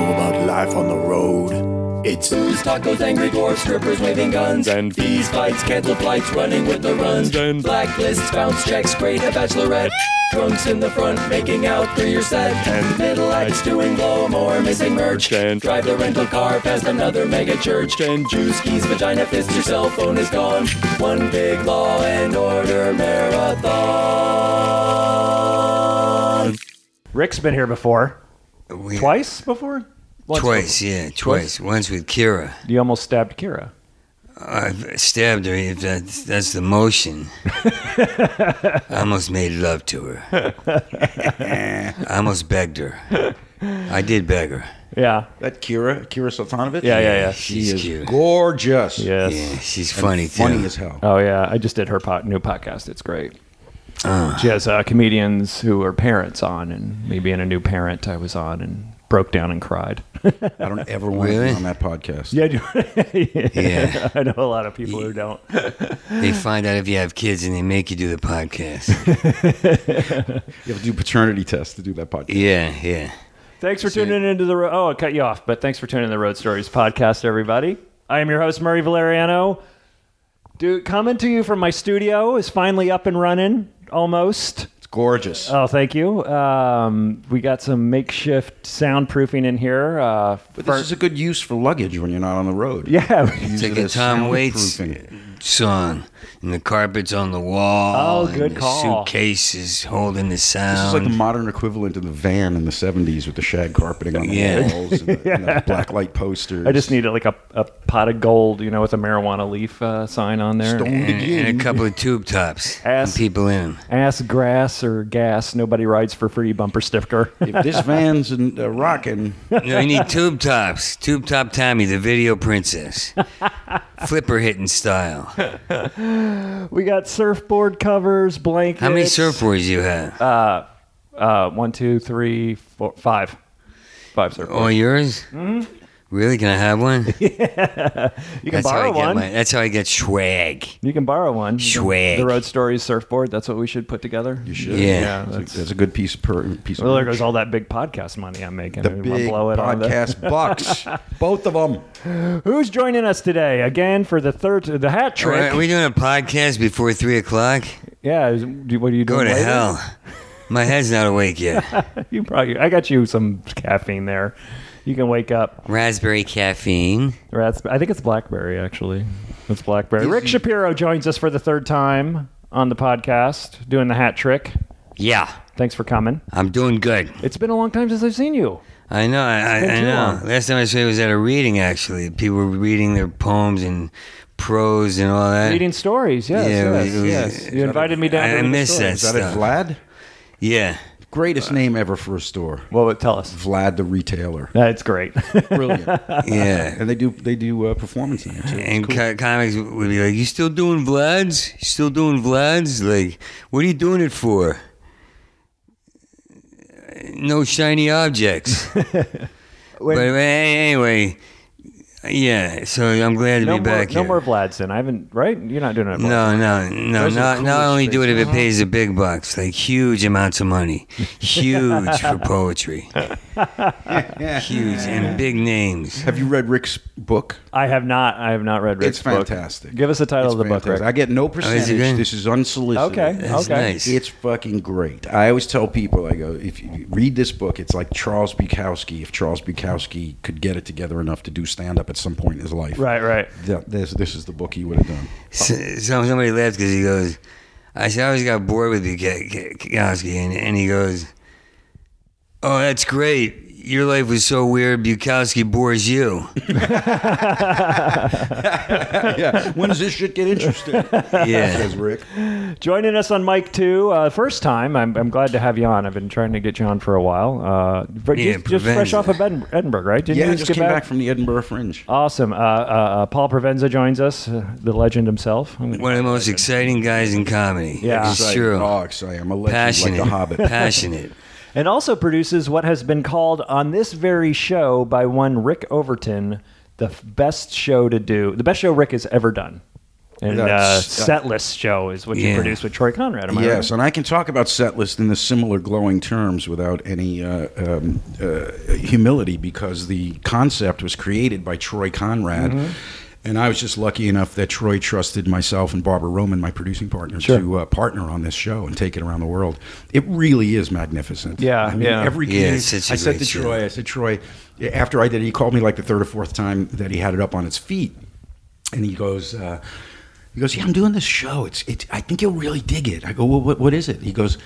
life on the road. It's Booze, tacos, angry dwarfs, strippers waving guns, And- fees, fights, cancel flights, running with the runs, And- blacklists, bounce checks, great a bachelorette, drunks in the front, making out through your set, And- middle acts doing blow more, missing merch, And- drive the rental car past another mega church, And- juice keys, vagina fist, your cell phone is gone, one big law and order marathon. Rick's been here before. We- Twice before? Once Twice, yeah, twice. Once with Kira. before. You almost stabbed Kira. I've stabbed her. If that's that's the motion, I almost made love to her. I almost begged her. I did beg her. Yeah. That Kira, Kira Sultanovich? Yeah, yeah, yeah. She She's is cute. gorgeous. Yes. Yeah, she's funny too. Funny as hell. Oh yeah, I just did her po- new podcast. It's great. She has uh, comedians who are parents on, and me being a new parent, I was on and broke down and cried. I don't ever want to Really? be on that podcast. yeah, do, Yeah. I know a lot of people who don't. They find out if you have kids and they make you do the podcast. You have to do paternity tests to do that podcast. yeah, yeah. Thanks for tuning into the ro- oh, I cut you off, but thanks for tuning in to the Road Stories podcast, everybody. I am your host Murray Valeriano. Dude, coming to you from my studio is finally up and running almost. It's gorgeous. Oh, thank you. Um, we got some makeshift soundproofing in here. Uh, but fur- this is a good use for luggage when you're not on the road. yeah. It's Use like it a as Tom Waits soundproofing. song, and the carpet's on the wall. Oh, good and the call. Suitcase is holding the sound. This is like the modern equivalent of the van in the 70s with the shag carpeting on the Yeah. walls and the, and the black light posters. I just needed like a, a pot of gold, you know, with a marijuana leaf uh, sign on there. Stone- and, and a couple of tube tops Ass. and people in them. Ass grass or gas, nobody rides for free bumper sticker. If this van's in, uh, rocking, No, you need tube tops. Tube top Tommy, the video princess. Flipper hitting style. we got surfboard covers, blankets. How many surfboards you have? Uh, one, two, three, four, five. Five surfboards. All yours? hmm? Really? Can I have one? you can that's how I borrow get one. my. That's how I get swag. You can borrow one. Swag. The Road Stories surfboard. That's what we should put together. you should. Yeah. That's, that's- a, that's a good piece of per, piece Well, of there goes all that big podcast money I'm making. the I wanna big blow it on the- podcast bucks. Both of them. Who's joining us today again for the third, the hat All trick? right, Are we doing a podcast before three o'clock? Yeah, is, do, what are you Go doing? to later? hell. My head's not awake yet. You probably. I got you some caffeine there. You can wake up. Raspberry caffeine. Or that's- I think it's BlackBerry actually. It's BlackBerry. Rick Shapiro joins us for the third time on the podcast, doing the hat trick. Yeah, Thanks for coming. I'm doing good. It's been a long time since I've seen you. I know. I, I, been I too know. long. Last time I saw you was at a reading. Actually, people were reading their poems and prose and all that. Reading stories. Yes, Yeah, yes, we- we- yes. You invited me down. I- to I read the missed stories. that. Is that Stuff. it, Vlad? Yeah. Greatest name ever for a store. Well, but tell us. Vlad the retailer. That's great. Brilliant. Yeah. and they do they do uh, performance in there too. And co- comics would be like, "You still doing Vlad's? You still doing Vlad's? Like, what are you doing it for? No shiny objects." but a- anyway, yeah. So I'm glad to no be more, back no here. more Vladson. I haven't. Right? You're not doing it. Vlad. No, no, no, uh, Those are not the not coolest only do it if it spaces. pays the big bucks, like huge amounts of money, huge for poetry, huge and big names. Have you read Rick's book? I have not. I have not read Rick's it's book. fantastic. Give us the title It's of the book, fantastic. Rick. I get no Oh, good? percentage. This is unsolicited. Okay, That's okay. nice. It's fucking great. I always tell people, I go, if you read this book, it's like Charles Bukowski. If Charles Bukowski could get it together enough to do stand up at some point in his life, Right, right. th- this, this is the book he would have done. So, so- somebody laughs because he goes, I said, I always got bored with Bukowski. And, and he goes, Oh, that's great. Your life was so weird, Bukowski bores you. yeah. When does this shit get interesting? Yeah. Says Rick. Joining us on Mike Two, uh, first time. I'm, I'm glad to have you on. I've been trying to get you on for a while. Uh, but Yeah, just, just Provenza. fresh off of Edin- Edinburgh, right? Didn't Yeah, you I just just get came back from the Edinburgh Fringe. Awesome. Uh, uh, uh, Paul Provenza joins us, uh, the legend himself. I'm gonna- One of the most exciting guys in comedy. Yeah. It's Excited. true. Oh, excited. I'm a legend Passionate. like the Hobbit. Passionate. And also produces what has been called on this very show by one Rick Overton, the f- best show to do, the best show Rick has ever done. and Yeah, uh, it's- Setlist show is what you Yeah. produced with Troy Conrad. Am I Yes, right? and I can talk about setlist in the similar glowing terms without any uh, um, uh, humility because the concept was created by Troy Conrad. Mm-hmm. And I was just lucky enough that Troy trusted myself and Barbara Roman, my producing partner, to uh, partner on this show and take it around the world. It really is magnificent. Yeah, I mean, yeah. Every Yeah, community- it's such a I said great to show. Troy, I said, Troy, after I did it, he called me like the third or fourth time that he had it up on its feet. And he goes, uh, he goes, yeah, I'm doing this show. It's, it's, I think you'll really dig it. I go, well, what, what is it? He goes,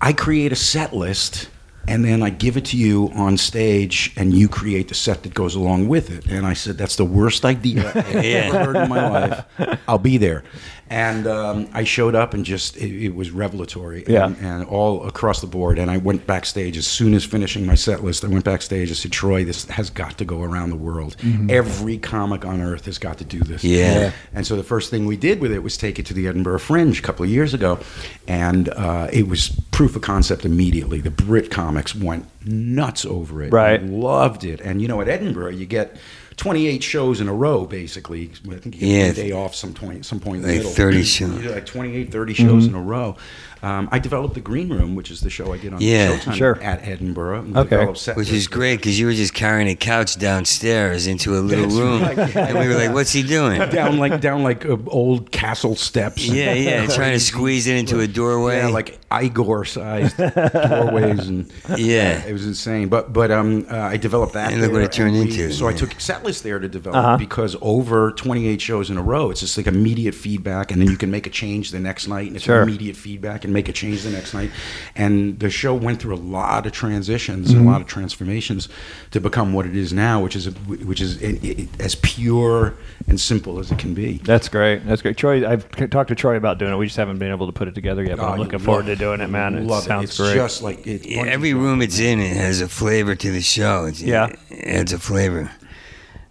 I create a set list and then I give it to you on stage and you create the set that goes along with it. And I said, that's the worst idea I've ever heard in my life. I'll be there. And um, I showed up and just, it, it was revelatory. Yeah. And, and all across the board. And I went backstage as soon as finishing my set list. I went backstage. I said, Troy, this has got to go around the world. Every comic on earth has got to do this. Mm-hmm. Yeah. Yeah. And so the first thing we did with it was take it to the Edinburgh Fringe a couple of years ago, and uh, it was proof of concept immediately. The Brit comics went nuts over it. Right. Loved it. And you know, at Edinburgh, you get. 28 shows in a row, basically. I think you get Yeah. a day off some point, some point in Like the middle. 30 shows. Yeah, like 28, 30 shows Mm-hmm. in a row. Um, I developed the Green Room, which is the show I did on Yeah, Showtime sure. at Edinburgh. and Okay. developed set Which is lists. great because you were just carrying a couch downstairs into a little That's room, right, yeah. and we were like, "What's he doing?" Down like down like uh, old castle steps. and Yeah, yeah, and trying to squeeze it into a doorway. Yeah, like Igor sized doorways and Yeah. it was insane. But but um, uh, I developed that. And look what there, it turned and into, So I yeah. took setlist there to develop Uh-huh. because over 28 shows in a row, it's just like immediate feedback, and then you can make a change the next night, and it's Sure. immediate feedback, and make a change the next night. And the show went through a lot of transitions, Mm-hmm. and a lot of transformations to become what it is now, which is a, which is it, it, as pure and simple as it can be. That's great. That's great. Troy, I've c- talked to Troy about doing it. We just haven't been able to put it together yet, but Oh, I'm you looking forward to love- doing it, man. you It love sounds It's great. just like it, Yeah, every room it's in, it has a flavor to the show. It's, Yeah. it adds a flavor.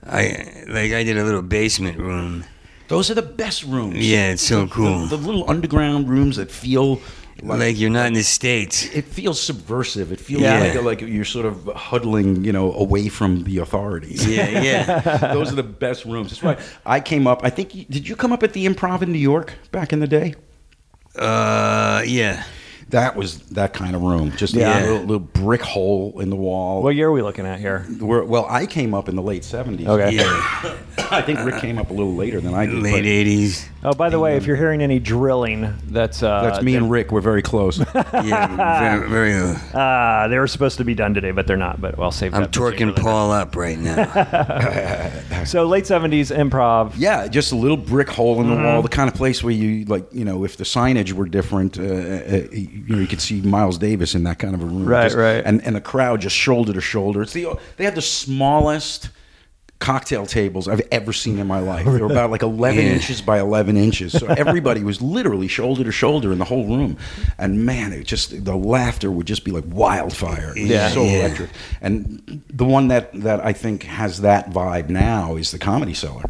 I like I did a little basement room. Those are the best rooms. Yeah, it's so cool. The, the little underground rooms that feel like, Like you're not in the states. it feels subversive. It feels Yeah. like like you're sort of huddling, you know, away from the authorities. Yeah, yeah. Those are the best rooms. That's why I came up. I think you- did you come up at the Improv in New York back in the day? Uh, yeah. That was that kind of room. Just Yeah. a little, little brick hole in the wall. what year are we looking at here? Where- well, I came up in the late seventies. Okay. Yeah. I think Rick came up a little later than I did. but Late 80s. Oh, by the way, if you're hearing any drilling, that's uh, That's me and Rick. We're very close. Yeah, very, very low. Uh, they were supposed to be done today, but they're not. But I'll save. I'm that for torquing Paul up right now. So late seventies improv. Yeah, just a little brick hole in the wall, Mm-hmm. the kind of place where you like, you know, if the signage were different, uh, uh, you know, you could see Miles Davis in that kind of a room, Right, Just- right. and and the crowd just shoulder to shoulder. It's the they had the smallest cocktail tables I've ever seen in my life. They were about like eleven Yeah. inches by eleven inches, so everybody was literally shoulder to shoulder in the whole room, and man, it just the laughter would just be like wildfire. It was Yeah. so Yeah. electric. And the one that that I think has that vibe now is the Comedy Cellar.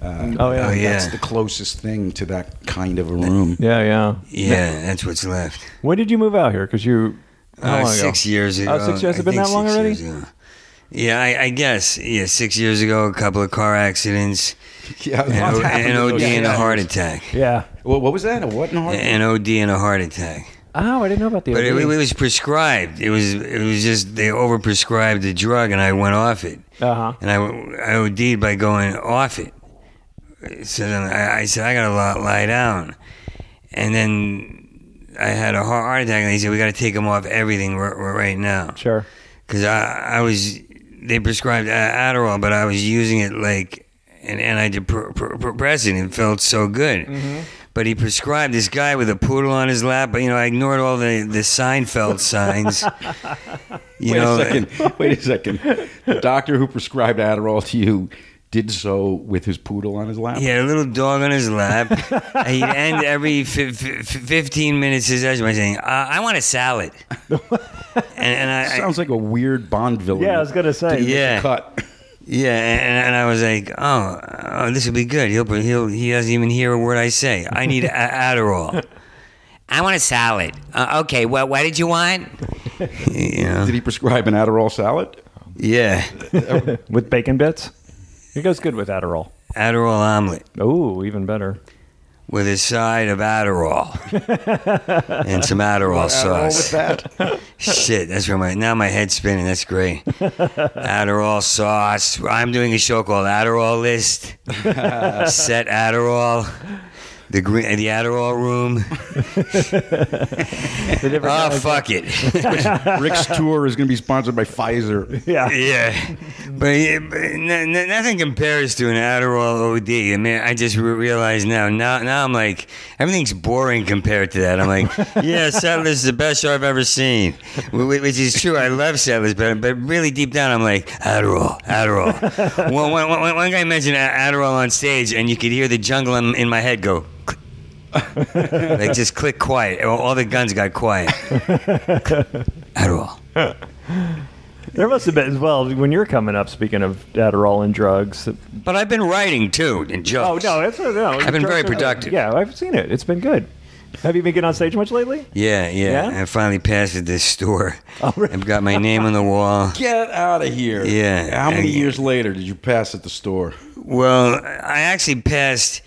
Uh, Oh, yeah. Oh, yeah. that's the closest thing to that kind of a room. Yeah, yeah. Yeah, that's what's left. When did you move out here? Because you how Uh, long six ago? years ago. Oh, six years. Has it I been think that long six already? years ago. Yeah, I, I guess. Yeah, six years ago, a couple of car accidents, Yeah, an, lots O- happened an in OD those and a years. heart attack. Yeah. What, what was that? A what? and a heart? An OD and a heart attack. Oh, I didn't know about the. But it, OD. it was prescribed. It was it was just they overprescribed the drug, and I went off it. Uh-huh. And I, w- I OD'd by going off it. So then I, I said I got to lie, lie down, and then I had a heart heart attack, and they said we got to take him off everything r- r- right now sure. because I I was they prescribed A- Adderall, but I was using it like an antidepressant. It felt so good. Mm-hmm. But he prescribed this guy with a poodle on his lap. But you know, I ignored all the the Seinfeld signs. You Wait know, a second. Wait a second. The doctor who prescribed Adderall to you did so with his poodle on his lap. He had a little dog on his lap. and he'd end every f- f- 15 minutes his session by saying, uh, I want a salad. and, and I, I, Sounds like a weird Bond villain. Yeah, I was gonna say. Didn't make the Yeah. cut. Yeah, and, and I was like, oh, oh, this will be good. He'll, he'll he doesn't even hear a word I say. I need a- Adderall. I want a salad. Uh, okay, well, what did you want? you know. Did he prescribe an Adderall salad? Yeah, With bacon bits. It goes good with Adderall. Adderall omelet. Oh, even better. with a side of Adderall and some Adderall All sauce. with that. Shit, that's where my now my head's spinning. That's great. Adderall sauce. I'm doing a show called Adderall List. Set Adderall. The green, the Adderall room. oh fuck it. Rick's tour is going to be sponsored by Pfizer. Yeah. yeah, but, yeah, but n- n- nothing compares to an Adderall OD. I mean, I just re- realized now. Now, now I'm like, everything's boring compared to that. I'm like, yeah, Settlers is the best show I've ever seen, Wh- wh- which is true. I love Settlers, but but really deep down, I'm like Adderall, Adderall. one, one, one, one guy mentioned A- Adderall on stage, and you could hear the jungle in, in my head go. click. like just click quiet. All all the guns got quiet. Adderall. There must have been, well, when you're coming up, speaking of Adderall and drugs. But I've been writing too, and Oh, jokes. no, it's, no. I've been very productive. Yeah, I've seen it. It's been good. Have you been getting on stage much lately? Yeah, yeah. Yeah? Oh, I finally passed at this store. I've got my name on the wall. Get out of here. Yeah. How many And- years later did you pass at the store? Well, I actually passed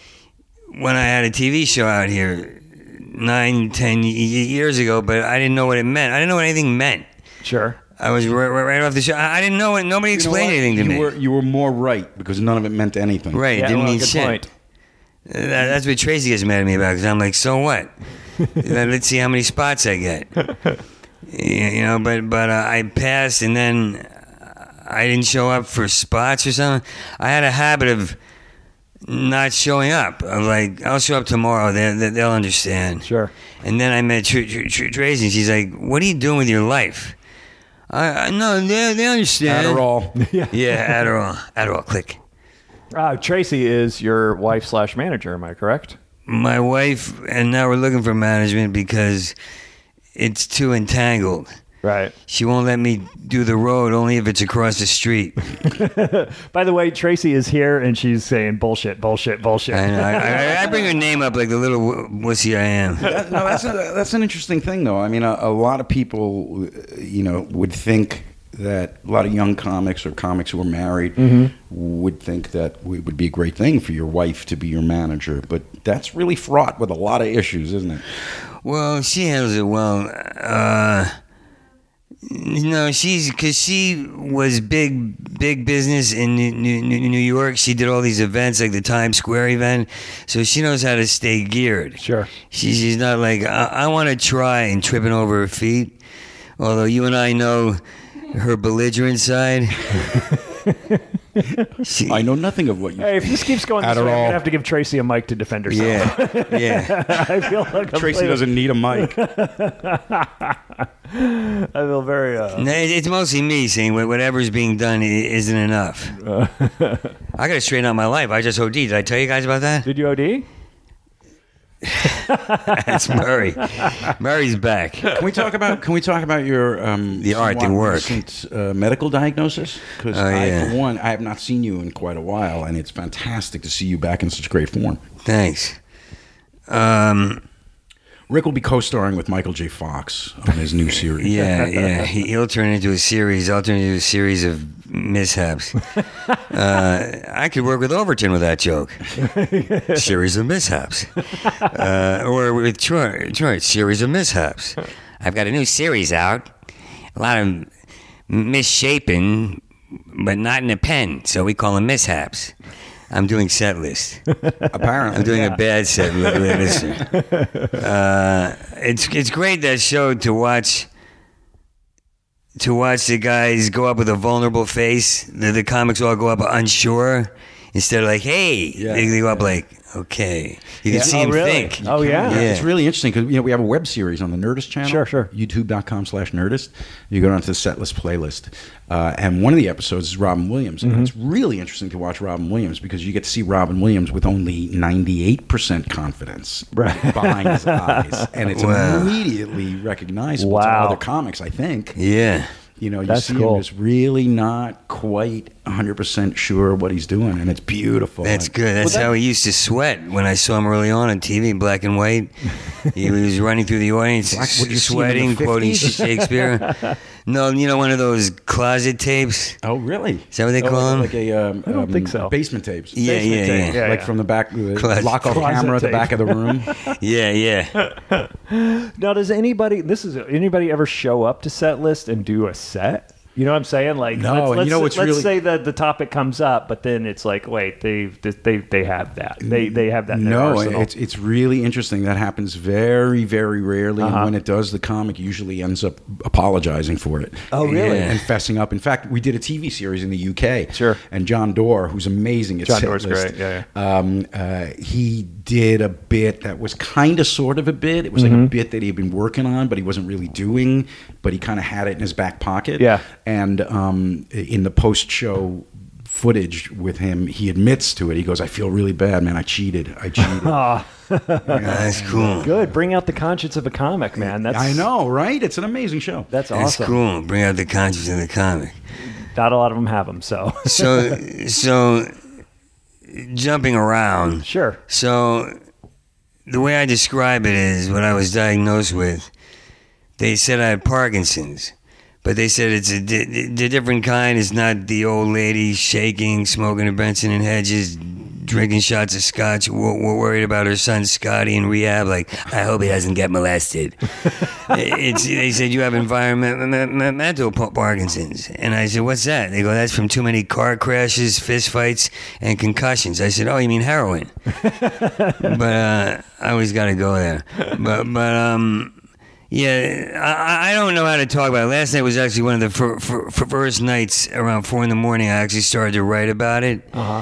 when I had a TV show out here nine, ten y- y- years ago, but I didn't know what it meant. I didn't know what anything meant. Sure. I was right, right, right off the show. I I didn't know it. Nobody You know explained what? anything to you me. Were, you were more right because none of it meant anything. right, Yeah, didn't well, mean good shit. point. That- That's what Tracy gets mad at me about because I'm like, so what? Let- Let's see how many spots I get. Yeah, you know, but but uh, I passed and then I didn't show up for spots or something. I had a habit of not showing up. Of like, I'll show up tomorrow. They, they, they'll understand. Sure. And then I met Tr- Tr- Tr- Tracy and she's like, what are you doing with your life? I, I no, they, they understand. Adderall. Yeah, Adderall. Adderall. Click. Uh, Tracy is your wife slash manager, am I correct? my wife and now we're looking for management because it's too entangled. Right. She won't let me do the road only if it's across the street. By the way, Tracy is here and she's saying bullshit, bullshit, bullshit. I, know, I, I, I bring her name up like the little w- wussy I am. That- no, that's a, that's an interesting thing, though. I mean, a, a lot of people, uh, you know, would think that a lot of young comics or comics who are married Mm-hmm. would think that it would be a great thing for your wife to be your manager, but that's really fraught with a lot of issues, isn't it? Well, she handles it well. Uh, you know, she's because she was big, big business in New, New, New New York. She did all these events like the Times Square event, so she knows how to stay geared. Sure. She, she's not like, I, I want to try and tripping over her feet. Although you and I know her belligerent side. She- I know nothing of what you. Hey, if this keeps going this way, I'm Adderall. going to have to give Tracy a mic to defend herself. yeah, yeah. I feel like I'm Tracy playing- doesn't need a mic. I feel very. Uh, No, it- it's mostly me saying wha- whatever's being done i- isn't enough. I got to straighten out my life. I just OD. Did I tell you guys about that? did you OD? That's Murray. Murray's back. Can we talk about? Can we talk about your um, The art, the somewhat work. recent, uh, medical diagnosis? Because Oh, I, yeah. for one, I have not seen you in quite a while, and it's fantastic to see you back in such great form. Thanks. Um, Rick will be co-starring with Michael J. Fox on his new series. yeah, yeah. He, he'll turn into a series. I'll turn into a series of mishaps. Uh, I could work with Overton with that joke. series of mishaps. Uh, or with Troy, Troy, series of mishaps. I've got a new series out. A lot of misshapen, but not in a pen. So we call them mishaps. I'm doing set list. apparently. I'm doing a bad set. li- li- Listen, uh, it's it's great that show to watch. To watch the guys go up with a vulnerable face, the, the comics all go up unsure instead of like, "Hey," they, they go up like, "Okay." You can see Oh, him really? think. Oh, yeah. Yeah. It's really interesting because you know we have a web series on the Nerdist channel. Sure, sure. YouTube.com slash Nerdist. You go down to the setlist playlist, uh, and one of the episodes is Robin Williams, Mm-hmm. and it's really interesting to watch Robin Williams because you get to see Robin Williams with only ninety eight percent confidence behind his eyes, and it's Wow. immediately recognizable to Wow. other comics. I think. yeah. You know, you That's see cool. him just really not quite 100% sure what he's doing, and it's beautiful. That's And- good. That's how he used to sweat when I saw him early on on TV, black and white. he was running through the audience, Black- what, you see him in the sweating, quoting 50s? Shakespeare. No, you know, one of those closet tapes. Oh, really? Is that what they Oh, call 'em? Like a, um, I don't think so. Basement tapes. Yeah, Basement yeah, tapes. yeah. Yeah, like yeah. from the back, the Closet lock off tape. camera at the Closet back of the room. Yeah, yeah. Ah, Now, does anybody this is anybody ever show up to set list and do a set? You know what I'm saying? Like, No, let's, and you let's- know what's let's really- say that the topic comes up, but then it's like, wait, they they they have that. They they have that. In their no, arsenal. it's it's really interesting. That happens very, very rarely, and Uh-huh. when it does, the comic usually ends up apologizing for it. Oh, really? And fessing up. In fact, we did a TV series in the UK. Sure. And John Doerr, who's amazing at John set Doerr's list, great, yeah, Um, uh, he did a bit that was kind of sort of a bit. It was Mm-hmm. like a bit that he had been working on, but he wasn't really doing. But he kind of had it in his back pocket. Yeah. And um, in the post show footage with him, he admits to it. He goes, I feel really bad, man. I cheated. I cheated. That's cool. good. Bring out the conscience of a comic, man. That's I know, right? It's an amazing show. That's That's awesome. cool. Bring out the conscience in the comic. Not a lot of them have them, so So, so jumping around. sure. So, the way I describe it is what I was diagnosed with. They said I had Parkinson's, but they said it's a di- the different kind. It's not the old lady shaking, smoking a Benson and Hedges, drinking shots of scotch. We're, we're worried about her son Scotty in rehab. Like, I hope he doesn't get molested. it's, they said you have environmental pa- Parkinson's, and I said, "What's that?" They go, "That's from too many car crashes, fist fights, and concussions." I said, "Oh, you mean heroin?" but uh, I always got to go there. But but um, yeah, I, I- I don't know how to talk about it. Last night was actually one of the fir- fir- fir- first nights around four in the morning. I actually started to write about it, uh-huh.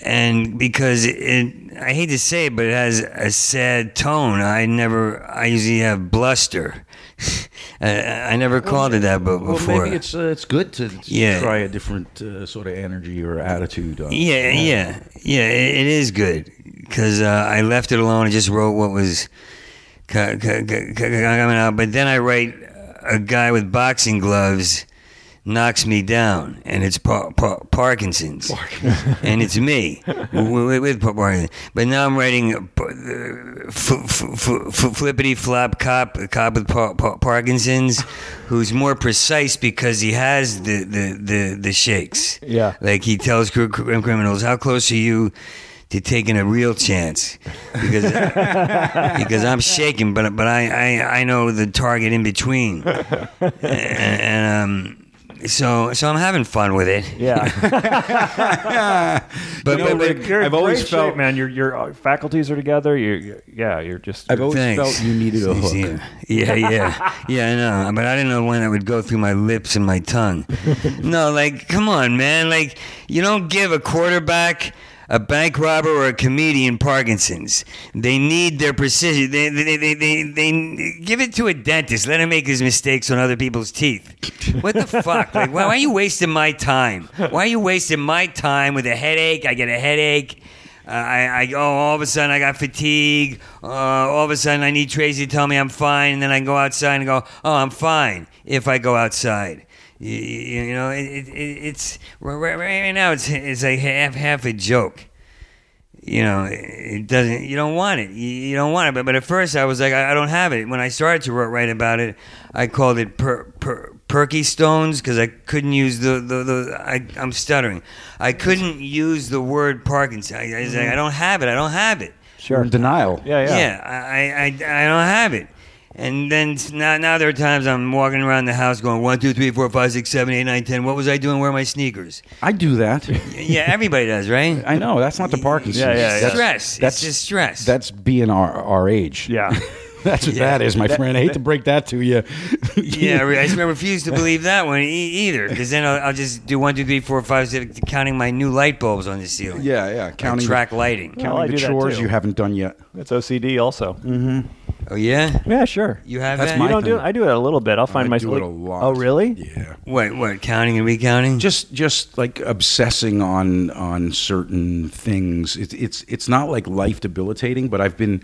and because it, I hate to say it, but it has a sad tone. I never, I usually have bluster. I, I never called it that, but Well, before, maybe it's uh, it's good to Yeah. try a different uh, sort of energy or attitude. On Yeah, yeah, yeah. It, it is good because uh, I left it alone. I just wrote what was co- co- co- co- coming out, but then I write uh, a guy with boxing gloves knocks me down, and it's par- par- Parkinson's, and it's me with, with par- Parkinson's. But now I'm writing a p- uh, f- f- f- flippity flop cop, a cop with par- par- Parkinson's, who's more precise because he has the the the, the shakes. Yeah. Like he tells cr- cr- criminals, "How close are you to taking a real chance?" Because because I'm shaking, but but I, I, I know the target in between, and, and um, so so I'm having fun with it. Yeah, But, You know, but- but- Rick, you're in I've always great felt- shape, man. Your your faculties are together. You, you yeah, you're just. I've always thanks. felt you needed a It's hook. easier. Yeah, yeah, yeah. I know, but I didn't know when that would go through my lips and my tongue. no, like come on, man. Like you don't give a quarterback. A bank robber or a comedian, Parkinson's. They need their precision. They, they, they, they, they give it to a dentist. Let him make his mistakes on other people's teeth. What the fuck? Like, why, why are you wasting my time? Why are you wasting my time with a headache? I get a headache. Uh, I, I oh, all of a sudden I got fatigue. Uh, all of a sudden I need Tracy to tell me I'm fine, and then I go outside and go, oh, I'm fine if I go outside. You, you know, it, it, it's right, right- right now it's it's like half half a joke. You know, it doesn't. You don't want it. You, you don't want it. But but at first I was like, I, I don't have it. When I started to write, write about it, I called it per, per, perky stones because I couldn't use the the, the I, I'm stuttering. I couldn't use the word Parkinson. I, I was like, I don't have it. I don't have it. You're in denial. yeah, yeah, Yeah, I, I, I don't have it. And then s- now, now there are times I'm walking around the house going one, two, three, four, five, six, seven, eight, nine, ten. What was I doing? Where are my sneakers? I do that. Yeah, everybody does, right? I know that's not the Parkinson's. Yeah, yeah, yeah. That's, Stress. that's- It's just stress. that's being our our age. yeah. that's what that is, my friend. I hate to break that to you. yeah, I re- I just refuse to believe that one e- either, because then I'll, I'll just do one, two, three, four, five, six, counting my new light bulbs on the ceiling. yeah, yeah. I Counting track lighting. counting Well, I the do that chores too. you Mm. haven't done yet. That's OCD also. Oh yeah, Yeah, sure. you have That's that. my- You don't do it. thing. I do it a little bit. I'll find I my do it a lot. Oh, really? Yeah. what? What? Counting and recounting? just just like obsessing on on certain things it's it's it's not like life debilitating but i've been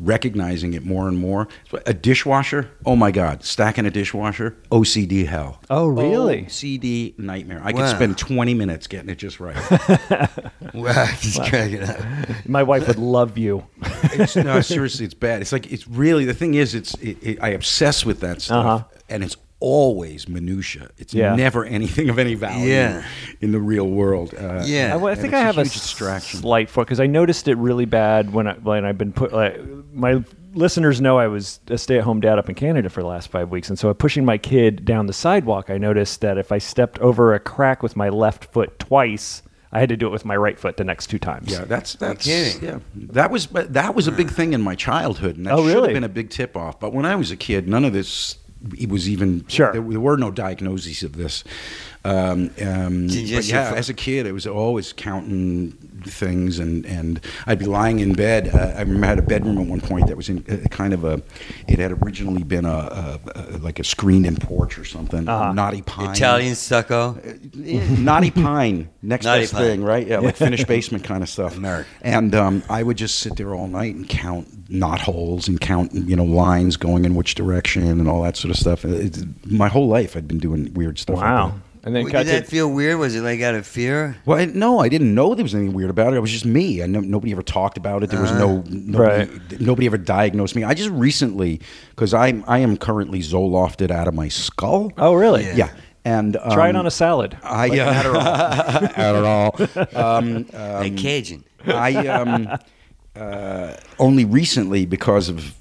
recognizing it more and more So a dishwasher oh my god stacking a dishwasher ocd hell Oh, really? ocd nightmare i Wow. could spend 20 minutes getting it just right wow, just crack it up. My wife would love you. it's, no seriously it's bad it's like it's really the thing is it's it, it, i obsess with that stuff Uh-huh. and it's always minutia. It's Yeah. never anything of any value Yeah. in the real world. Uh, Yeah. I, well, I and think it's I have a huge distraction. slight foot because I noticed it really bad when I when I've been put like my listeners know I was a stay at home dad up in Canada for the last five weeks, and so pushing my kid down the sidewalk, I noticed that if I stepped over a crack with my left foot twice, I had to do it with my right foot the next two times. Yeah, that's that's kidding. yeah. That was but that was a big thing in my childhood, and that Oh, should really? have been a big tip off. But when I was a kid, none of this it was even Sure. There, there were no diagnoses of this. Um, um, Did you but see yeah, fo- as a kid, it was always counting things, and, and I'd be lying in bed. Uh, I remember I had a bedroom at one point that was in a, kind of a. It had originally been a, a, a like a screened-in porch or something, Uh-huh. naughty pine Italian stucco. naughty pine next Naughty best Pine. thing right yeah like finished basement kind of stuff and um, i would just sit there all night and count knot holes and count you know lines going in which direction and all that sort of stuff It's- my whole life i'd been doing weird stuff like Wow. that. And then Well, got Did to, that feel weird? Was it like out of fear? well, I, no, I didn't know there was anything weird about it. It was just me. I no, nobody ever talked about it. There was no nobody, nobody ever diagnosed me. I just recently, because I'm I am currently Zolofted out of my skull. oh really? yeah. and um, Try it on a salad. I Adderall. Adderall. Um, A Cajun. I um, uh, only recently, because of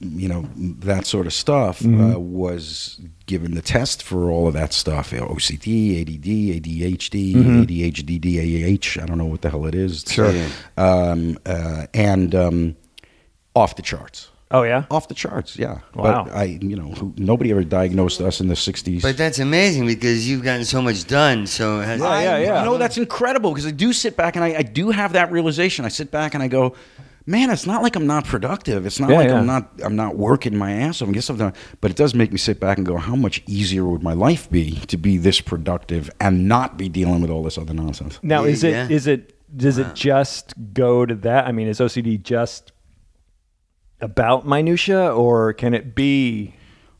you know that sort of stuff, uh, was given the test for all of that stuff: you know, OCD, ADD, ADHD, ADHD, DAH. I don't know what the hell it is. Mm-hmm. Sure. Um, uh, and um, off the charts. Oh yeah. Off the charts, yeah. Wow. But I, you know, who, nobody ever diagnosed us in the '60s. But that's amazing because you've gotten so much done. So it has, Yeah, yeah, I, yeah. You know, that's incredible because I do sit back and I, I do have that realization. I sit back and I go, man, it's not like I'm not productive. It's not Yeah, like yeah. I'm not I'm not working my ass off and get stuff done. But it does make me sit back and go, how much easier would my life be to be this productive and not be dealing with all this other nonsense? Now Yeah, is it yeah. is it does it just go to that? I mean, is OCD just about minutia, or can it be?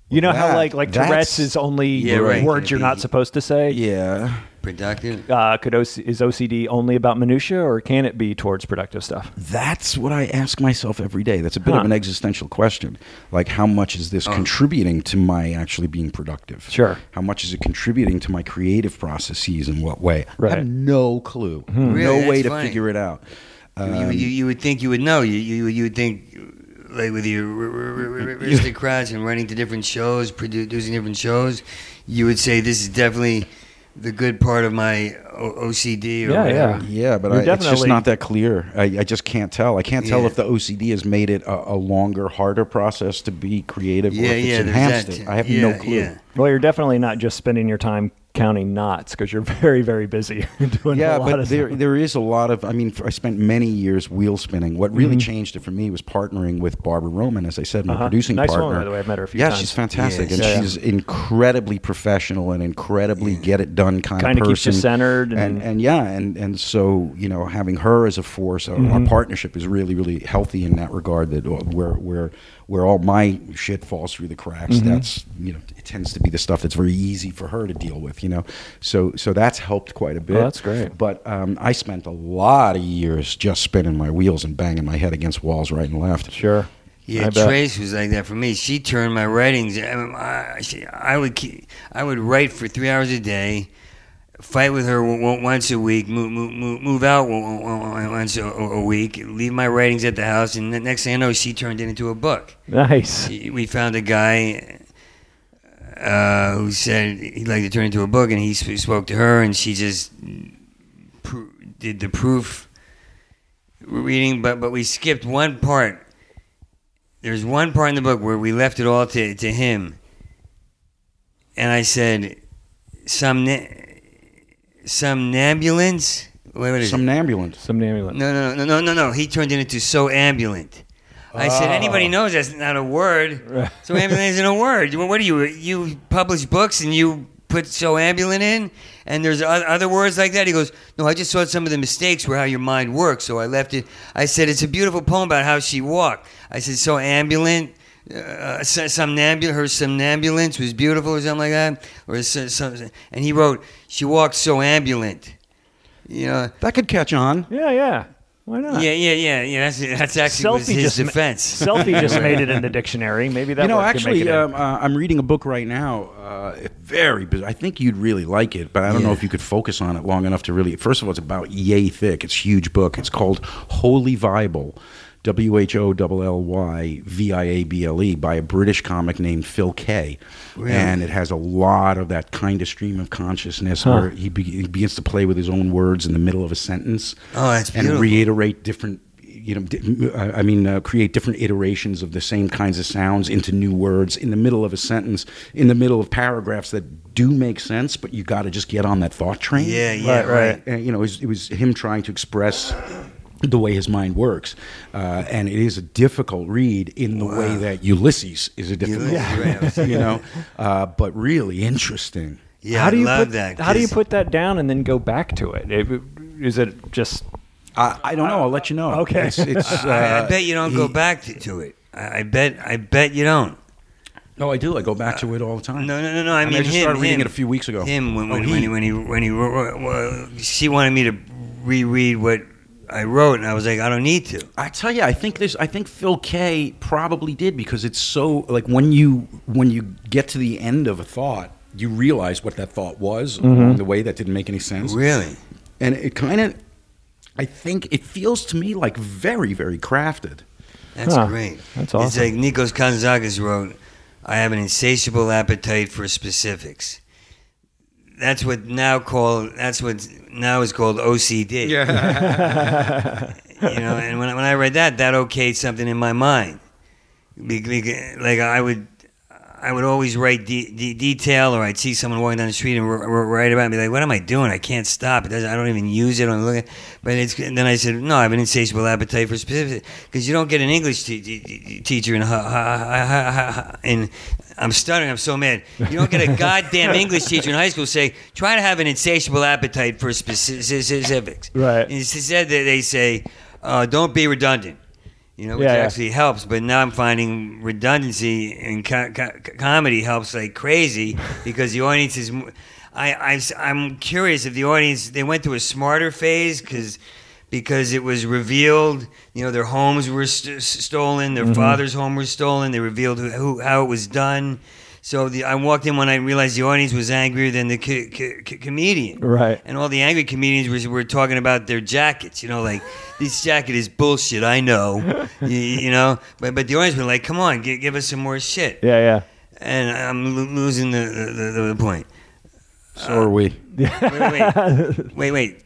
You know how That- like like that's- Tourette's is only Yeah, right. words you're not supposed to say. Yeah. productive. Uh, could OC, is OCD only about minutia, or can it be towards productive stuff? That's what I ask myself every day. That's a bit Huh. of an existential question. Like, how much is this contributing to my actually being productive? Sure. How much is it contributing to my creative processes in what way? I Right. Hmm. have no clue. Really? No way That's to funny. figure it out. Um, you, you, you would think you would know. You, you, you would think, like with your aristocrats and running to different shows, producing different shows, you would say, this is definitely the good part of my o- OCD or Yeah, yeah. whatever. Yeah, but You're I, it's just definitely- not that clear. I, I just can't tell. I can't tell Yeah. if the OCD has made it a, a longer, harder process to be creative Yeah, or if yeah, it's there's enhanced that it. too. I have Yeah, no clue. yeah. Well, you're definitely not just spending your time counting knots because you're very very busy doing yeah, a lot but of there stuff. there is a lot of. I mean, I spent many years wheel spinning. What really changed it for me was partnering with Barbara Roman, as I said, my Mm-hmm. Uh-huh. producing Nice woman, partner. by the way. I've met her a few yeah, times. she's fantastic, Yes. and Yeah, yeah. she's incredibly professional and incredibly get it done kind Kinda of person. keeps you centered and- and yeah, and and so you know, having her as a force, our, Mm-hmm. our partnership is really really healthy in that regard. That uh, where where where all my shit falls through the cracks, Mm-hmm. that's you know, it tends to be the stuff that's very easy for her to deal with. You know, so so that's helped quite a bit Oh, bit. that's great. But um, I spent a lot of years just spinning my wheels and banging my head against walls right and left. sure. Yeah, I bet. Trace was like that for me. She turned my writings. I, I, she, I would keep, I would write for three hours a day, fight with her w- w- once a week, move move move, move out w- w- w- once a, a week, leave my writings at the house, and the next thing I know, she turned it into a book. Nice. We found a guy uh, who said he'd like to turn it into a book, and he sp- spoke to her, and she just pro- did the proof reading. But but we skipped one part. There's one part in the book where we left it all to to him, and I said, "Somna- somnambulance." Wait, what is it? Somnambulance. Somnambulance. No, no, no, no, no, no. He turned it into so ambulant. I said, anybody knows that's not a word. so ambulant isn't a word. Well, What do you? You publish books and you put so ambulant in, and there's o- other words like that. He goes, no, I just saw some of the mistakes where how your mind works, so I left it. I said, it's a beautiful poem about how she walked. I said, so ambulant. Uh, somnambul- her somnambulance was beautiful, or something like that, or so- so- and he wrote, "She walked so ambulant," you know. That could catch on. Yeah, yeah. Why not? Yeah, yeah, yeah, yeah. That's that's actually was Selfie his just ma- defense. Selfie just made it in the dictionary. Maybe that you know, word could make actually, it in. um, uh, I'm reading a book right now. Uh, it- very bizarre. I think you'd really like it, but I don't know Yeah. if you could focus on it long enough to really. First of all, it's about yay thick. It's a huge book. It's called Holy Bible, W H O L L Y V I A B L E, by a British comic named Phil Kay, and it has a lot of that kind of stream of consciousness where he, be- he begins to play with his own words in the middle of a sentence. Oh, that's And beautiful. reiterate different you know di- i I mean uh, create different iterations of the same kinds of sounds into new words in the middle of a sentence in the middle of paragraphs that do make sense but you got to just get on that thought train Yeah, yeah, Right, right. And, you know it was, it was him trying to express the way his mind works uh, and it is a difficult read in the way that ulysses is a difficult Ulysses, right, I was read you know uh, but really interesting yeah, how do you I love put that. How do you 'cause- put that down and then go back to it? It- Is it just I, I don't know i'll let you know Okay. it's, it's, I, I uh, bet you don't go he- back to, to it. I, I bet. I bet you don't. No, I do. I go back to it all the time. Uh, No, no, no, no. I mean, I just him, started reading him. it a few weeks ago. Him when Oh, when, he. when he when he when he wrote, well, she wanted me to reread what I wrote, and I was like, I don't need to. I tell you, I think this. I think Phil K probably did because it's so like when you when you get to the end of a thought, you realize what that thought was along the way that didn't make any sense. Really? and it kind of, I think it feels to me like very very crafted. That's Huh. great. That's It's awesome. like Nikos Kanzagas wrote, I have an insatiable appetite for specifics. That's what now called that's what now is called OCD. Yeah. you know, and when I- when I read that, that okayed something in my mind. Be- be- Like I would I would always write de- de- detail, or I'd see someone walking down the street and r- r- write about it and be like, "What am I doing? I can't stop. It doesn't, I don't even use it. I'm looking." But it's, and then I said, "No, I have an insatiable appetite for specific because you don't get an English te- te- te- teacher in ha- ha- ha- ha- ha- ha- and I'm stuttering. I'm so mad. You don't get a goddamn English teacher in high school say, "Try to have an insatiable appetite for speci- specifics." Right. Instead, they they say, uh, "Don't be redundant." You know, which Yeah, yeah. actually helps. But now I'm finding redundancy in co- co- comedy helps like crazy because the audience is. m- I, am curious if the audience they went through a smarter phase because because it was revealed. You know, their homes were st- stolen, their father's home was stolen. They revealed who, who how it was done. So the, I walked in when I realized the audience was angrier than the co- co- co- comedian right? and all the angry comedians were, were talking about their jackets. You know, like this jacket is bullshit. I know, you, you know. But but the audience were like, "Come on, give, give us some more shit." Yeah, yeah. And I'm lo- losing the the, the, the point. So are we. Wait, wait, wait. wait.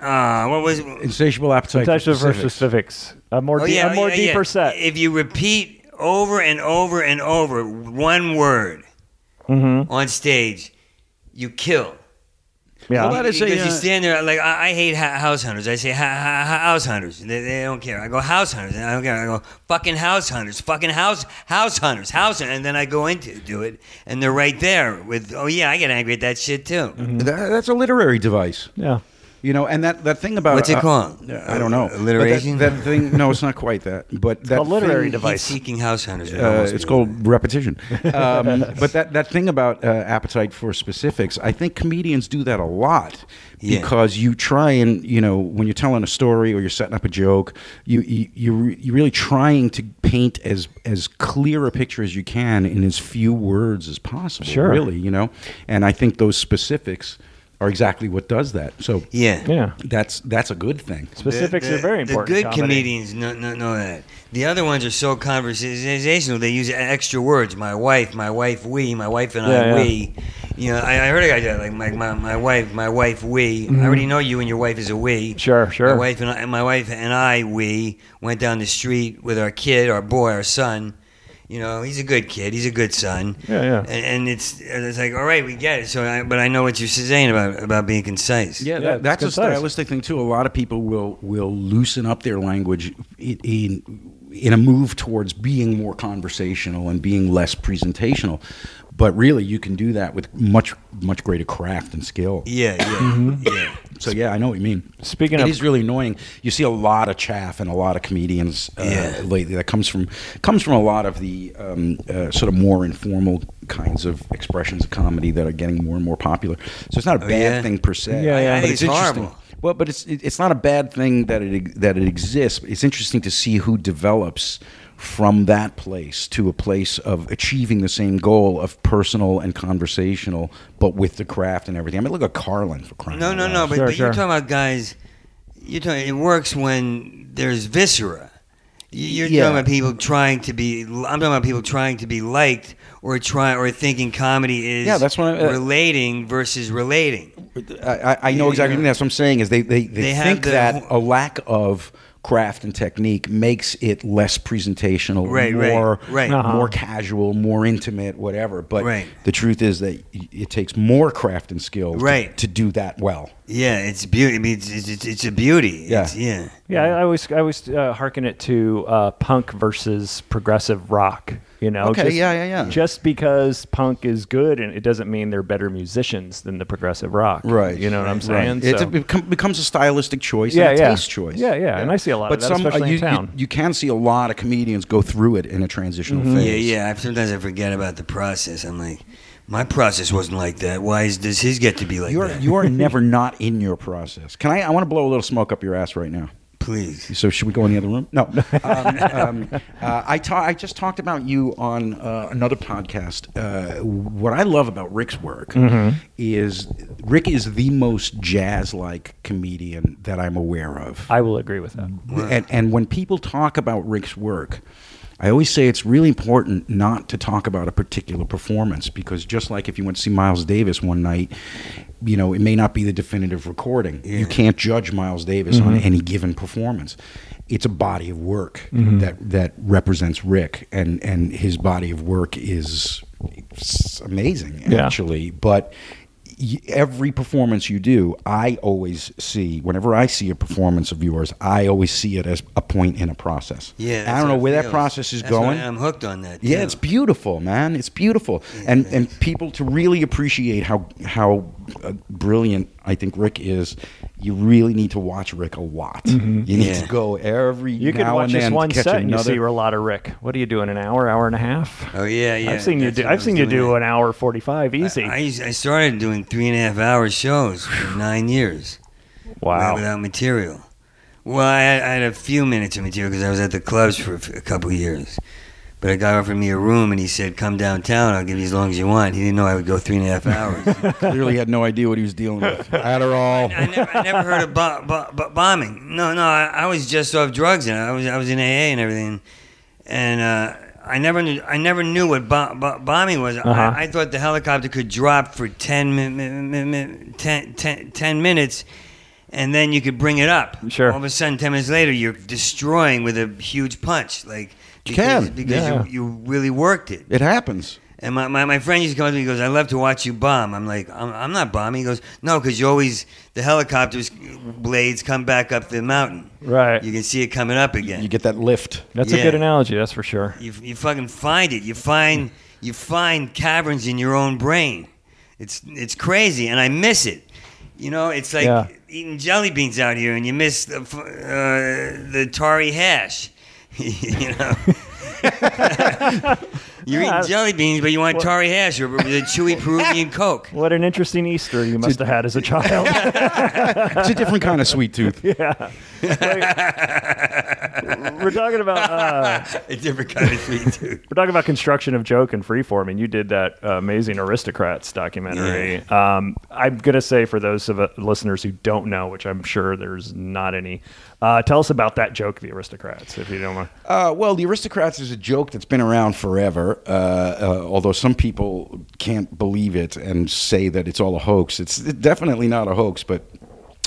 Uh, what was? Insatiable appetite. Touch for the first specifics. specifics. A more, Oh de- yeah, a more yeah, yeah. deeper set. If you repeat over and over and over one word Mhm. on stage, you kill. yeah. Well, that is a, because you uh, stand there like I, I hate ha- house hunters. I say ha- ha- ha- house hunters. They, they don't care. I go house hunters. And I don't care. I go fucking house hunters. Fucking house house hunters. House hunters. and then I go into do it, and they're right there with oh yeah, I get angry at that shit too. That- that's a literary device. yeah. You know, and that, that thing about What's it uh, called? I don't know. Alliteration? But That, that thing. No, it's not quite that. But that a literary thing- device. Seeking house hunters. would Uh, almost it's be- called repetition. Um, but that, that thing about uh, appetite for specifics, I think comedians do that a lot Yeah. because you try and you know when you're telling a story or you're setting up a joke, you you you re- you're really trying to paint as as clear a picture as you can in as few words as possible. Sure. really, you know. And I think those specifics are exactly what does that. So yeah Yeah. that's that's a good thing. Specifics the- are very the important. good in comedy. comedians know, know, know that. The other ones are so conversational; they use extra words. My wife, my wife, we, my wife and I, Yeah, yeah. we. You know, I, I heard a guy do that, like my, my, my wife, my wife, we. I already know you and your wife is a we. Mm-hmm. Sure, sure. My wife and I, my wife and I, we went down the street with our kid, our boy, our son. You know, he's a good kid. He's a good son. Yeah, yeah. And, and it's and it's like, all right, we get it. So, I, but I know what you're saying about about being concise. Yeah, Yeah, that, that's a it's concise. stylistic thing too. A lot of people will will loosen up their language i- in in a move towards being more conversational and being less presentational. But really, you can do that with much much greater craft and skill. Yeah, yeah, Mm-hmm. yeah. So yeah, I know what you mean. Speaking It of- is really annoying. You see a lot of chaff and a lot of comedians uh, Yeah. lately. That comes from comes from a lot of the um, uh, sort of more informal kinds of expressions of comedy that are getting more and more popular. So it's not a bad yeah? thing per se. Yeah, yeah. I But think it's it's, interesting. horrible. Well, but it's it- it's not a bad thing that it that it exists. It's interesting to see who develops from that place to a place of achieving the same goal of personal and conversational, but with the craft and everything. I mean, look at Carlin for crying. No, out no, loud. no. But, Sure, but sure. you're talking about guys. You're talking. It works when there's viscera. You- You're Yeah. talking about people trying to be. I'm talking about people trying to be liked or try or thinking comedy is. Yeah, that's what I- uh, relating versus relating. I, I- I know Yeah, exactly. yeah. That's what I'm saying. Is they they, they, They have think the that whole- a lack of craft and technique makes it less presentational, Right, right, more right. Uh-huh. more casual, more intimate, whatever. But Right. the truth is that y- it takes more craft and skill to- Right. to, do that well. Yeah, it's beauty. I mean, it's, it's, it's, it's a beauty. Yeah. It's, yeah. Yeah, I I always I always uh, hearken it to uh, punk versus progressive rock. You know, Okay, yeah, yeah, yeah. Just because punk is good, and it doesn't mean they're better musicians than the progressive rock. You know what I'm saying? Right. It's So- a- It becom- becomes a stylistic choice, Yeah, and a yeah. taste choice. Yeah, yeah, and I see a lot of that, especially in you, you- town. You, can see a lot of comedians go through it in a transitional phase. Mm-hmm. Yeah, yeah. I, sometimes I forget about the process. I'm like, my process wasn't like that. Why is, does his get to be like You're that? you are never not in your process. Can I? I want to blow a little smoke up your ass right now. Please. So should we go in the other room? No. Um, um, uh, I ta- I just talked about you on uh, another podcast. Uh, what I love about Rick's work is Rick is the most jazz-like comedian that I'm aware of. I will agree with that. And, and when people talk about Rick's work, I always say it's really important not to talk about a particular performance because just like if you went to see Miles Davis one night, you know, it may not be the definitive recording. You can't judge Miles Davis on any given performance. It's a body of work that that represents Rick and and his body of work is it's amazing Yeah. actually, but y- every performance you do, I always see, whenever I see a performance of yours, I always see it as a point in a process. Yeah. that's I don't how know it where that feels. process is That's why going. I'm hooked on that. yeah, too. it's beautiful, man. It's beautiful. And and people to really appreciate how how uh, brilliant I think Rick is, you really need to watch Rick a lot. You need Yeah. to go every Mm-hmm. You now can watch and this then one catch set and you another- see a lot of Rick. What do you do in an hour, hour and a half? Oh yeah, yeah. I've seen you that's do. what I I've was seen you doing. do an hour forty-five easy. I, used- I started doing three and a half hour shows for nine years wow. without material. Well, I had, I had a few minutes of material because I was at the clubs for a f- a couple of years. But a guy offered me a room and he said, "Come downtown. I'll give you as long as you want." He didn't know I would go three and a half hours. Clearly had no idea what he was dealing with. Oh. Adderall. I, never, I never heard of bo- bo- bo- bombing. No, no, I, I was just off drugs and I was I was in AA and everything, and uh, I never knew I never knew what bo- bo- bombing was. Uh-huh. I, I thought the helicopter could drop for 10, mi- mi- mi- mi- 10, 10 10 minutes, and then you could bring it up. Sure. All of a sudden, ten minutes later, you're destroying with a huge punch, like You because, can, because yeah. you, you really worked it. It happens. And my, my, my friend used to come up to me and goes, I love to watch you bomb. I'm like, I'm, I'm not bombing. He goes, No, because you always, the helicopter's blades come back up the mountain. Right. You can see it coming up again. You You, get that lift. that's a Yeah. good analogy. That's for sure. you, fucking find it. You find, you find caverns in your own brain. It's, it's crazy, and I miss it. You know, it's like Yeah. eating jelly beans out here, and you miss the, f- uh, the tarry hash. you know? You're Yeah. eating jelly beans, but you want tarry hash or the chewy Peruvian Coke. What an interesting Easter you must have had as a child. It's a different kind of sweet tooth. we're talking about uh, A different kind of sweet tooth. we're talking about construction of joke and freeform, and you did that uh, amazing Aristocrats documentary. Um, I'm gonna say for those of uh, listeners who don't know, which I'm sure there's not any, uh, tell us about that joke, the Aristocrats, if you don't mind. Uh, well, the aristocrats is a joke that's been around forever. Uh, uh, although some people can't believe it and say that it's all a hoax. It's definitely not a hoax, but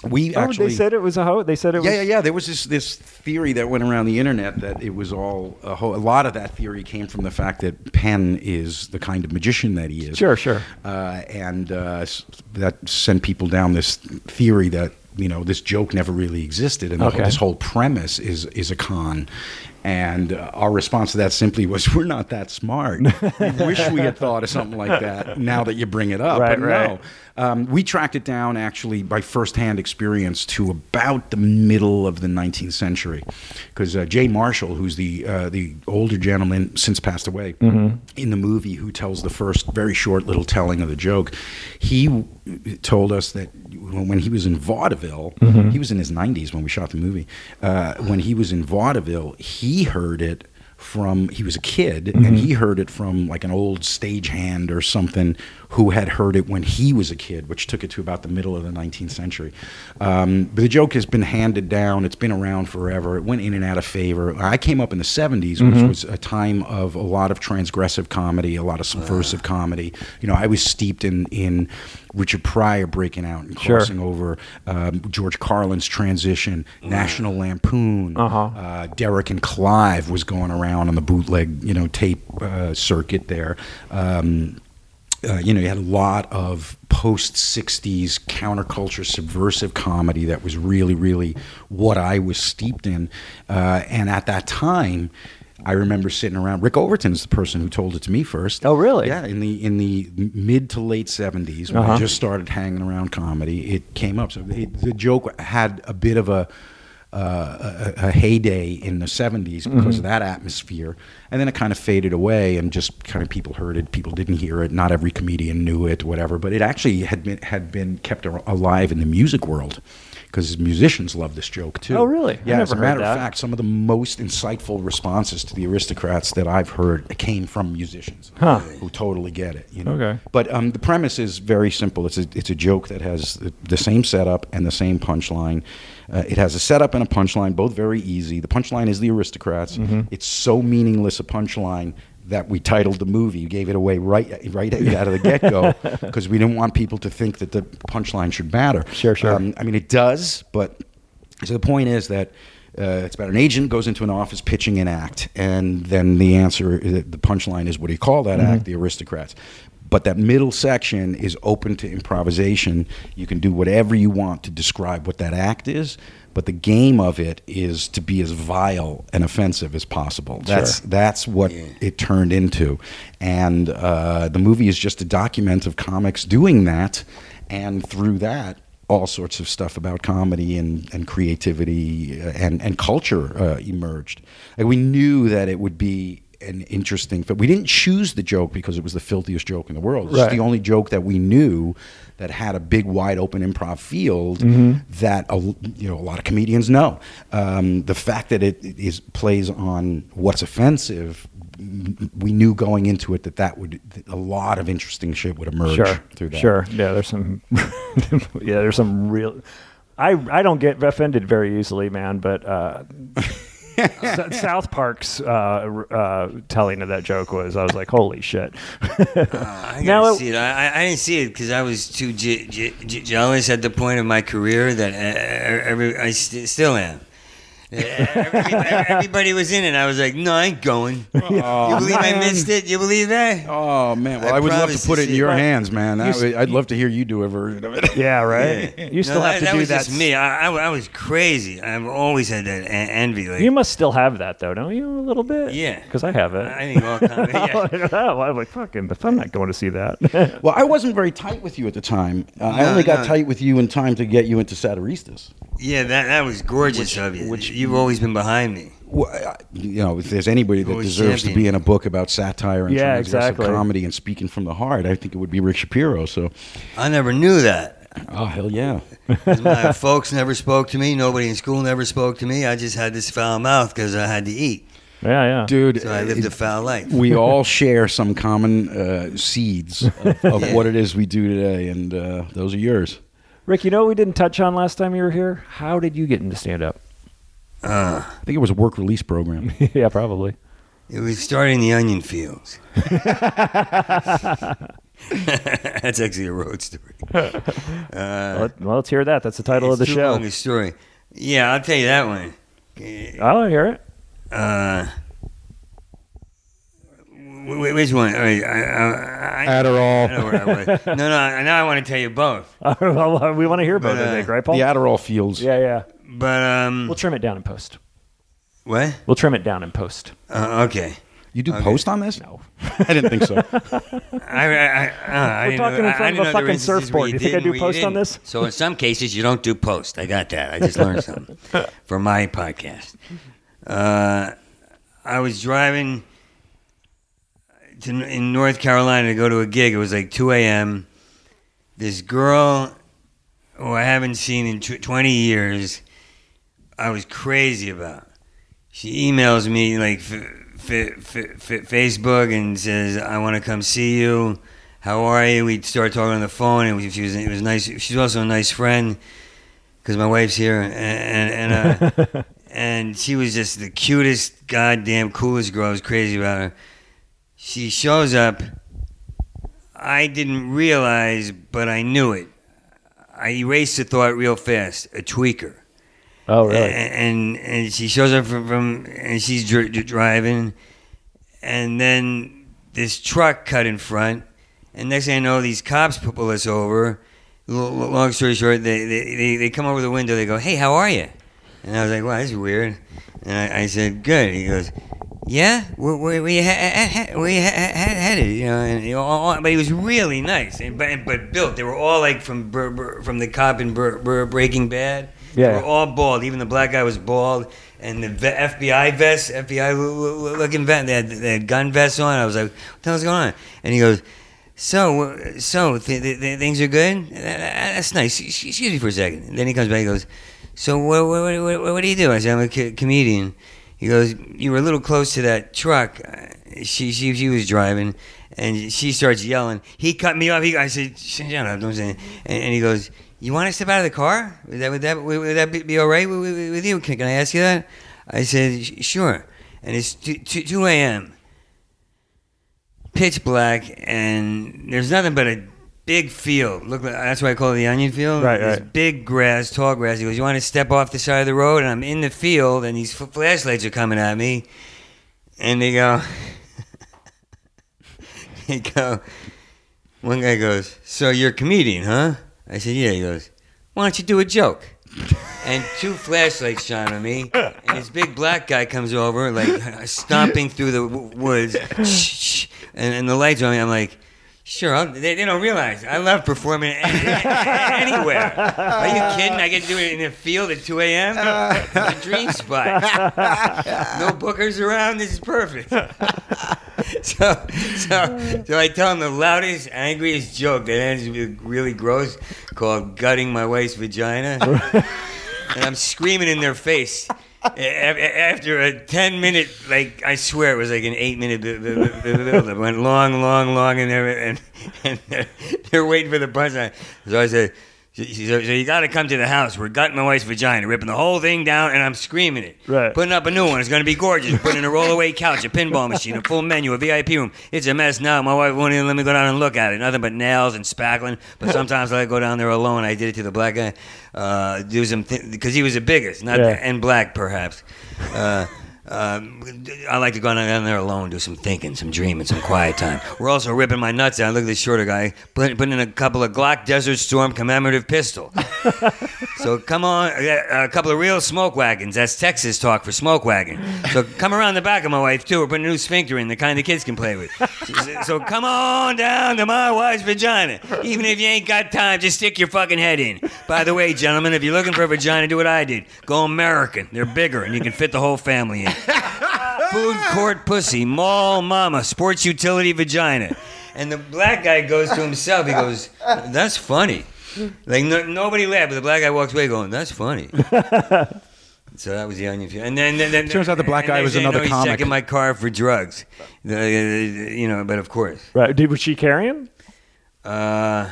we actually oh, they said it was a ho. They said it yeah, was yeah, yeah. There was this this theory that went around the internet that it was all a whole. A lot of that theory came from the fact that Penn is the kind of magician that he is. Sure, sure. Uh, and uh, s- that sent people down this theory that you know this joke never really existed, and the whole- Okay. this whole premise is is a con. And uh, our response to that simply was, "We're not that smart. we wish we had thought of something like that. Now that you bring it up, Right, but right. no." Um, we tracked it down actually by firsthand experience to about the middle of the 19th century, because uh, Jay Marshall, who's the uh, the older gentleman since passed away, Mm-hmm. in the movie who tells the first very short little telling of the joke, he w- told us that when he was in vaudeville, Mm-hmm. he was in his 90s when we shot the movie. Uh, when he was in vaudeville, he heard it from he was a kid and he heard it from like an old stagehand or something who had heard it when he was a kid which took it to about the middle of the 19th century um, but the joke has been handed down it's been around forever it went in and out of favor i came up in the 70s which was a time of a lot of transgressive comedy a lot of subversive comedy you know i was steeped in in richard pryor breaking out and Sure. crossing over um, george carlin's transition national lampoon Uh-huh. uh, Derek and Clive was going around on the bootleg, you know, tape uh, circuit there. Um, uh, you know, you had a lot of post 60s counterculture subversive comedy that was really, really what I was steeped in. Uh, and at that time, I remember sitting around. Rick Overton is the person who told it to me first. Oh, really? Yeah, in the in the mid to late seventies, when Uh-huh. I just started hanging around comedy, it came up. So it, the joke had a bit of a uh, a, a heyday in the 70s because Mm-hmm. of that atmosphere. And then it kind of faded away and just kind of people heard it, people didn't hear it, not every comedian knew it, whatever. But it actually had been, had been kept ar- alive in the music world because musicians love this joke too. Oh, really? I Yeah, as never a heard matter that. of fact, some of the most insightful responses to the aristocrats that I've heard came from musicians Huh. who totally get it. You know? Okay. But um, the premise is very simple. It's a, it's a joke that has the, the same setup and the same punchline. Uh, it has a setup and a punchline, both very easy. The punchline is the aristocrats. Mm-hmm. It's so meaningless a punchline that we titled the movie, gave it away right right out of the get go because we didn't want people to think that the punchline should matter. Um, Sure, sure. I mean, it does, but so the point is that uh, it's about an agent goes into an office pitching an act, and then the answer, the the punchline is, what do you call that act? The aristocrats. But that middle section is open to improvisation. You can do whatever you want to describe what that act is, but the game of it is to be as vile and offensive as possible. That's that's what it turned into, and uh, the movie is just a document of comics doing that, and through that all sorts of stuff about comedy and, and creativity uh, and, and culture uh, emerged. Like we knew that it would be an interesting film. We didn't choose the joke because it was the filthiest joke in the world. It's Right. the only joke that we knew that had a big, wide open improv field Mm-hmm. that a, l- you know a lot of comedians know. Um, the fact that it is plays on what's offensive. m- We knew going into it that that would that a lot of interesting shit would emerge Sure. through that. Sure. Yeah. There's some. yeah. There's some real. I I don't get offended very easily, man. But uh, S- South Park's uh, uh, telling of that joke was, I was like, holy shit. I Now gotta it- see it. I, I- I didn't see it because I was too je- je- je- jealous at the point of my career that uh, every I st- still am. Uh, everybody, everybody was in it. I was like, "No, I ain't going." Oh, you believe I missed it? You believe that? Oh man! Well, I I, would love promise to put to it in see your it. hands, man. I You s- would, I'd love to hear you do a version of it. Yeah. Right. You still No, have to that do was that. Just me. I, I, I was crazy. I've always had that en- envy. Like, You must still have that though, don't you? A little bit. Yeah. Because I have it. I think all time. Yeah. oh, I'm like fucking, but I'm not going to see that. well, I wasn't very tight with you at the time. Uh, I No, only got no. tight with you in time to get you into Satiristas. yeah, that that was gorgeous of you. which- You've always been behind me. Well, I- you know, if there's anybody that Always deserves to champion. be in a book about satire and Yeah, transgressive exactly. comedy and speaking from the heart, I think it would be Rick Shapiro. So, I never knew that. oh hell yeah! 'Cause My folks never spoke to me. Nobody in school never spoke to me. I just had this foul mouth because I had to eat. yeah, yeah. dude. So I lived a foul life. we all share some common uh, seeds of, of what it is we do today, and uh, those are yours. Rick, you know what we didn't touch on last time you were here? How did you get into stand up? I think it was a work release program. yeah, probably. It was starting the onion fields. That's actually a road story. Let, well, let's hear that. That's the title of the Uh, It's too show. long a story. Yeah, I'll tell you that one. I want to hear it. Uh, wh- wh- which one? All right, I, I, I, Adderall. I know where I was. No, no. I- Now I want to tell you both. Well, we want to hear both, But, I uh, think, right, Paul? the Adderall fields. Yeah, yeah. But um, We'll trim it down in post. what? We'll trim it down in post. Uh, okay. You do post on this? No, I didn't think so. I, I, I, I We're talking in didn't know, I- I front of didn't a know there fucking were instances where surfboard. you You think I did and do where you post on didn't. this? So in some cases, you don't do post. I got that. I just learned something for my podcast. Uh, I was driving to, in North Carolina to go to a gig. It was like 2 a.m. This girl who Oh, I haven't seen in tw- 20 years, I was crazy about. She emails me like f- f- f- f- Facebook and says, "I want to come see you. How are you?" We start talking on the phone, and we, she was it was nice. She's also a nice friend because my wife's here, and and and, uh, and she was just the cutest, goddamn coolest girl. I was crazy about her. She shows up. I didn't realize, but I knew it. I erased the thought real fast. A tweaker. Oh, A- And, and she shows up from, from and she's dr- dr- driving, and then this truck cut in front, and next thing I know, these cops pu- pull us over. L- l- long story short, they, they, they, they come over the window. They go, "Hey, how are you?" And I was like, "Wow, this is weird." And I, I said, "Good." He goes, "Yeah, where where, where you, ha- ha- ha- where you ha- ha- ha- headed?" You know, and he, all, all- but he was really nice, and but, but built. They were all like from Bur- Bur- from the cop in Bur- Bur- Breaking Bad. Yeah. They were all bald. Even the black guy was bald. And the ve- FBI vest, FBI l- l- looking vest, they had, they had gun vests on. I was like, what the hell's going on? And he goes, so, uh, so th- th- th- things are good? Th- th- That's nice. Ex- Excuse me for a second. And then he comes back and goes, so what, what, what, what, what do you do? I said, I'm a co- comedian. He goes, you were a little close to that truck. Uh, She, she, she was driving. And she starts yelling. He cut me off. He, I said, shut up. Don't say anything. And, and he goes, you want to step out of the car? Would that would that would, would that be, be all right with, with, with you? Can, can I ask you that? I said "Sh- sure. And it's two, two, 2 a.m. Pitch black, and there's nothing but a big field. Look, like- that's why I call it the onion field. Right, There's right. Big grass, tall grass. He goes, "You want to step off the side of the road?" And I'm in the field, and these f- flashlights are coming at me, and they go, they go. One guy goes, "So you're a comedian, huh?" I said, "Yeah." He goes, "Why don't you do a joke?" and two flashlights shine on me, and this big black guy comes over, like stomping through the w- woods, shh, shh, and, and the lights on me. I'm like, sure, I'll, they, they don't realize I love performing a- a- a- anywhere. Are you kidding? I get to do it in a field at 2 a.m. It's my dream spot. no bookers around. This is perfect so, so, so I tell him the loudest, angriest joke that ends with really gross called gutting my wife's vagina. and I'm screaming in their face. A- a- After a 10 minute, like, I swear it was like an 8 minute bu- bu- bu- bu- build up. Went long, long, long, and they're, and, and they're, they're waiting for the punchline. So I said, so, so you got to come to the house. We're gutting my wife's vagina, ripping the whole thing down, and I'm screaming it. Right. Putting up a new one. It's going to be gorgeous. Putting in a rollaway couch, a pinball machine, a full menu, a VIP room. It's a mess now. My wife won't even let me go down and look at it. Nothing but nails and spackling. But sometimes I go down there alone. I did it to the black guy. Uh, do some because he was the biggest, not Yeah. and black perhaps. Uh, um, I like to go down there alone, do some thinking, some dreaming, some quiet time. We're also ripping my nuts out. Look at this shorter guy putting putting in a couple of Glock Desert Storm commemorative pistol. So come on, uh, a couple of real smoke wagons. That's Texas talk for smoke wagon. So come around the back of my wife too. We're putting a new sphincter in, the kind the kids can play with. So, so come on down to my wife's vagina. Even if you ain't got time, just stick your fucking head in. By the way, gentlemen, if you're looking for a vagina, do what I did. Go American. They're bigger, and you can fit the whole family in food Ah! court pussy, mall mama, sports utility vagina. And the black guy goes to himself, he goes, That's funny. Like, no, nobody laughed, but the black guy walks away going, That's funny. So that was the onion field, and then, then, then Turns out the black and guy next was thing I another know, he's comic. Checking my car for drugs, The- uh, you know. But of course, Right. Did, was she carrying? uh,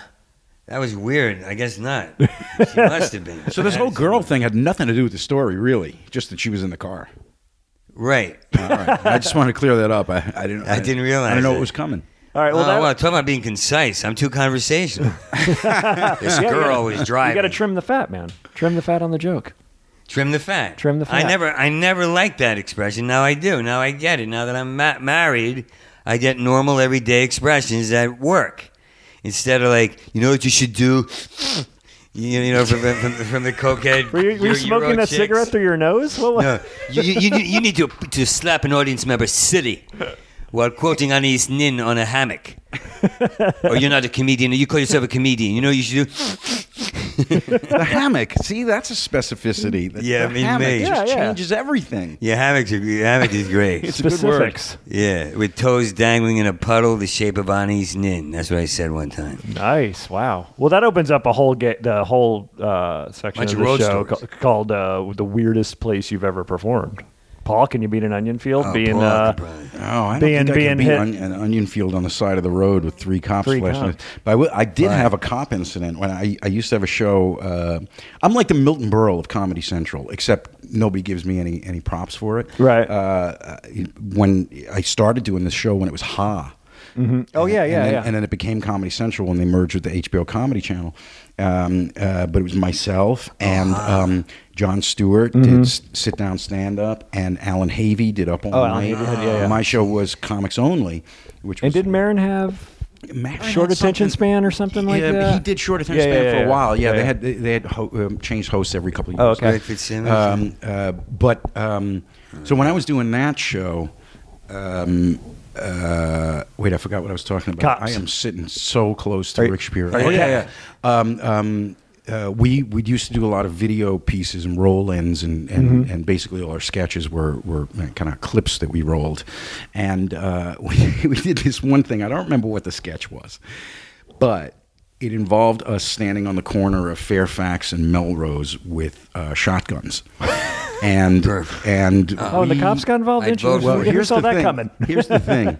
that was weird. I guess not. She must have been. So this whole girl thing had nothing to do with the story, really. Just that she was in the car. right? All right. I just wanted to clear that up. I, I didn't. I didn't realize I didn't know it. it was coming. All right. Well, Well, oh, that, well, talk about being concise. I'm too conversational. this Yeah, girl yeah. was driving. you got to trim the fat, man. Trim the fat on the joke. Trim the fat. Trim the I fat. never, I never liked that expression. Now I do. Now I get it. Now that I'm ma- married, I get normal everyday expressions that work. Instead of like, you know what you should do. You, you know, from, from, from the cokehead. Were you, were you Euro- smoking Euro that chicks. uh, cigarette through your nose? What was? No, you, you, you, you need to, to slap an audience member silly. while quoting Anis Nin on a hammock. or you're not a comedian. You call yourself a comedian. You know what you should do? the hammock. See, that's a specificity. The, Yeah, the I mean, hammock mate. just Yeah, yeah. changes everything. Yeah, hammocks are, your hammock is great. a good word. Specifics. yeah, with toes dangling in a puddle, the shape of Anis Nin. That's what I said one time. Nice. Wow. Well, that opens up a whole get the whole uh, section Bunch of of the road show stories. ca- called uh, "The Weirdest Place You've Ever Performed." Paul, can you beat an onion field? Oh, being Paul, uh, probably. Oh, I don't Being- think I being could beat hit- on- an onion field on the side of the road with three cops Three flashing. cops. But I, will- I did Right. have a cop incident when I, I used to have a show. Uh, I'm like the Milton Berle of Comedy Central, except nobody gives me any any props for it. Right. Uh, when I started doing this show, when it was Ha. oh yeah, And yeah, then, yeah. And then it became Comedy Central when they merged with the HBO Comedy Channel. Um, uh, but it was myself and Ah. um, John Stewart did s- sit down stand up, and Alan Havey did up all Oh, Alan night. Havey did, yeah, yeah. My show was comics only, which and was did Marin have Marin had short attention something- span or something like yeah, but that? he did short attention Yeah, span yeah, for yeah. a while. Yeah, Yeah, they yeah. had they had ho- um, changed hosts every couple of Oh, years. okay. Greg Fitzsimmons. Um, uh, but um, so when I was doing that show, um, uh, wait, I forgot what I was talking about. Cops. I am sitting so close to Are you- Rick Shapiro. Are you- Okay. Um, um, uh, we we used to do a lot of video pieces and roll-ins and and, Mm-hmm. and basically all our sketches were were kind of clips that we rolled, and uh, we, we did this one thing. I don't remember what the sketch was, but it involved us standing on the corner of Fairfax and Melrose with uh, shotguns, and Perfect. and oh, and the we- cops got involved. I'd didn't you? vote for We well, it. never here's saw the that thing. coming. Here's the thing.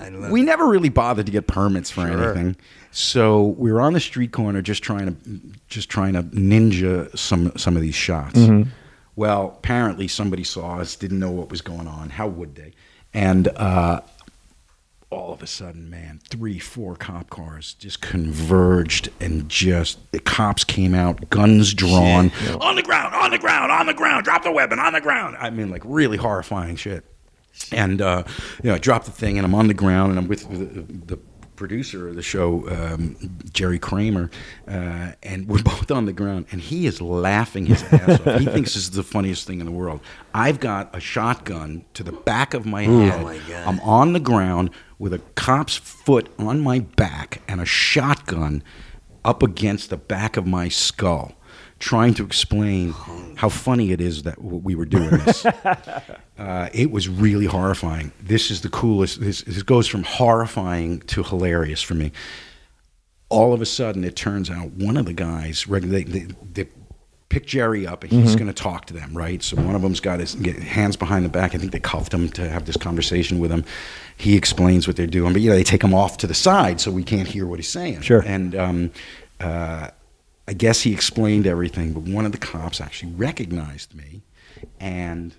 I love we it. never really bothered to get permits for Sure. anything. So we were on the street corner just trying to just trying to ninja some some of these shots. Well, apparently somebody saw us, didn't know what was going on. How would they? And uh, all of a sudden, man, three, four cop cars just converged and just the cops came out, guns drawn. On the ground, on the ground, on the ground, drop the weapon, on the ground. I mean, like really horrifying shit. And, uh, you know, I dropped the thing and I'm on the ground and I'm with the, the producer of the show, um, Jerry Kramer, uh, and we're both on the ground and he is laughing his ass off. He thinks this is the funniest thing in the world. I've got a shotgun to the back of my head. Oh, my God. I'm on the ground with a cop's foot on my back and a shotgun up against the back of my skull, trying to explain how funny it is that w- we were doing this. uh, it was really horrifying. This is the coolest. This, this goes from horrifying to hilarious for me. All of a sudden, it turns out one of the guys, reg- they, they, they pick Jerry up and Mm-hmm. he's going to talk to them, right? So one of them's got his get- hands behind the back. I think they cuffed him to have this conversation with him. He explains what they're doing, but you know, they take him off to the side so we can't hear what he's saying. Sure. And um, uh, I guess he explained everything, but one of the cops actually recognized me and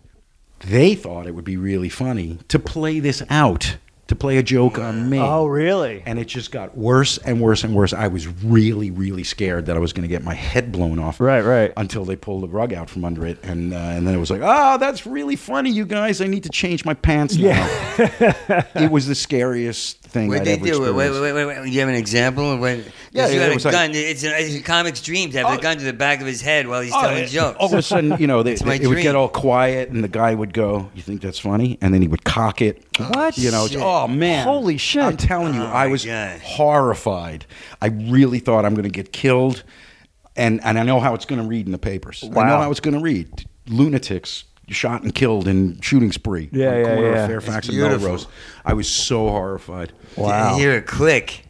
they thought it would be really funny to play this out, to play a joke on me. Oh, really? And it just got worse and worse and worse. I was really, really scared that I was going to get my head blown off. Right, right. Until they pulled the rug out from under it, and uh, and then it was like, ah, that's really funny, you guys. I need to change my pants now. it was the scariest thing What I'd they ever do? Wait, wait, experienced. wait, wait, wait. Do you have an example of what? Yeah, you it got a was like- gun. it's, a, it's a comic's dream to have the gun to the back of his head while he's Oh, telling it- jokes. All of a sudden, you know, they, It's my it would dream. get all quiet, and the guy would go, "You think that's funny?" And then he would cock it. What? You know? Shit. Oh, Oh man! Holy shit. I'm telling you, I my was God. horrified. I really thought I'm going to get killed, and and I know how it's going to read in the papers. I know Wow. how it's going to read. Lunatics shot and killed in shooting spree. on Yeah, the yeah, corner yeah. Of Fairfax It's and beautiful. Melrose. I was so horrified. Wow. You hear a click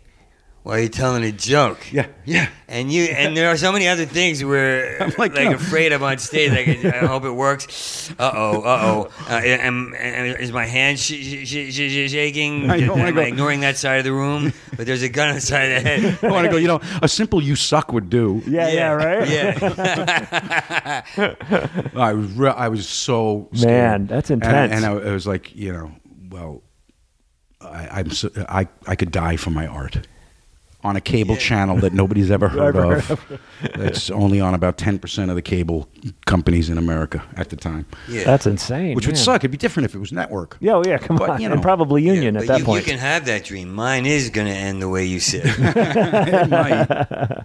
while you're telling a joke. Yeah, yeah. And you and there are so many other things where I'm like, like, no. afraid of on stage. Like I hope it works. Uh-oh, uh-oh. Uh Am, am- is my hand sh- sh- sh- sh- shaking? I know, I am go- I ignoring that side of the room? But there's a gun on the side of the head. I want to go. You know, a simple "you suck" would do. Yeah, yeah, right. Yeah. I was re- I was so Man, scared. that's And- intense. And, I, I was like, you know, well, I, I'm so, I I could die for my art on a cable channel that nobody's ever heard Ever of. That's only on about ten percent of the cable companies in America at the time, yeah. That's insane. which would man. suck. It'd be different if it was network. Yeah, oh, yeah. Come But, on, you know, and probably Yeah, union but at that you, point. You can have that dream. Mine is going to end the way you said. It might.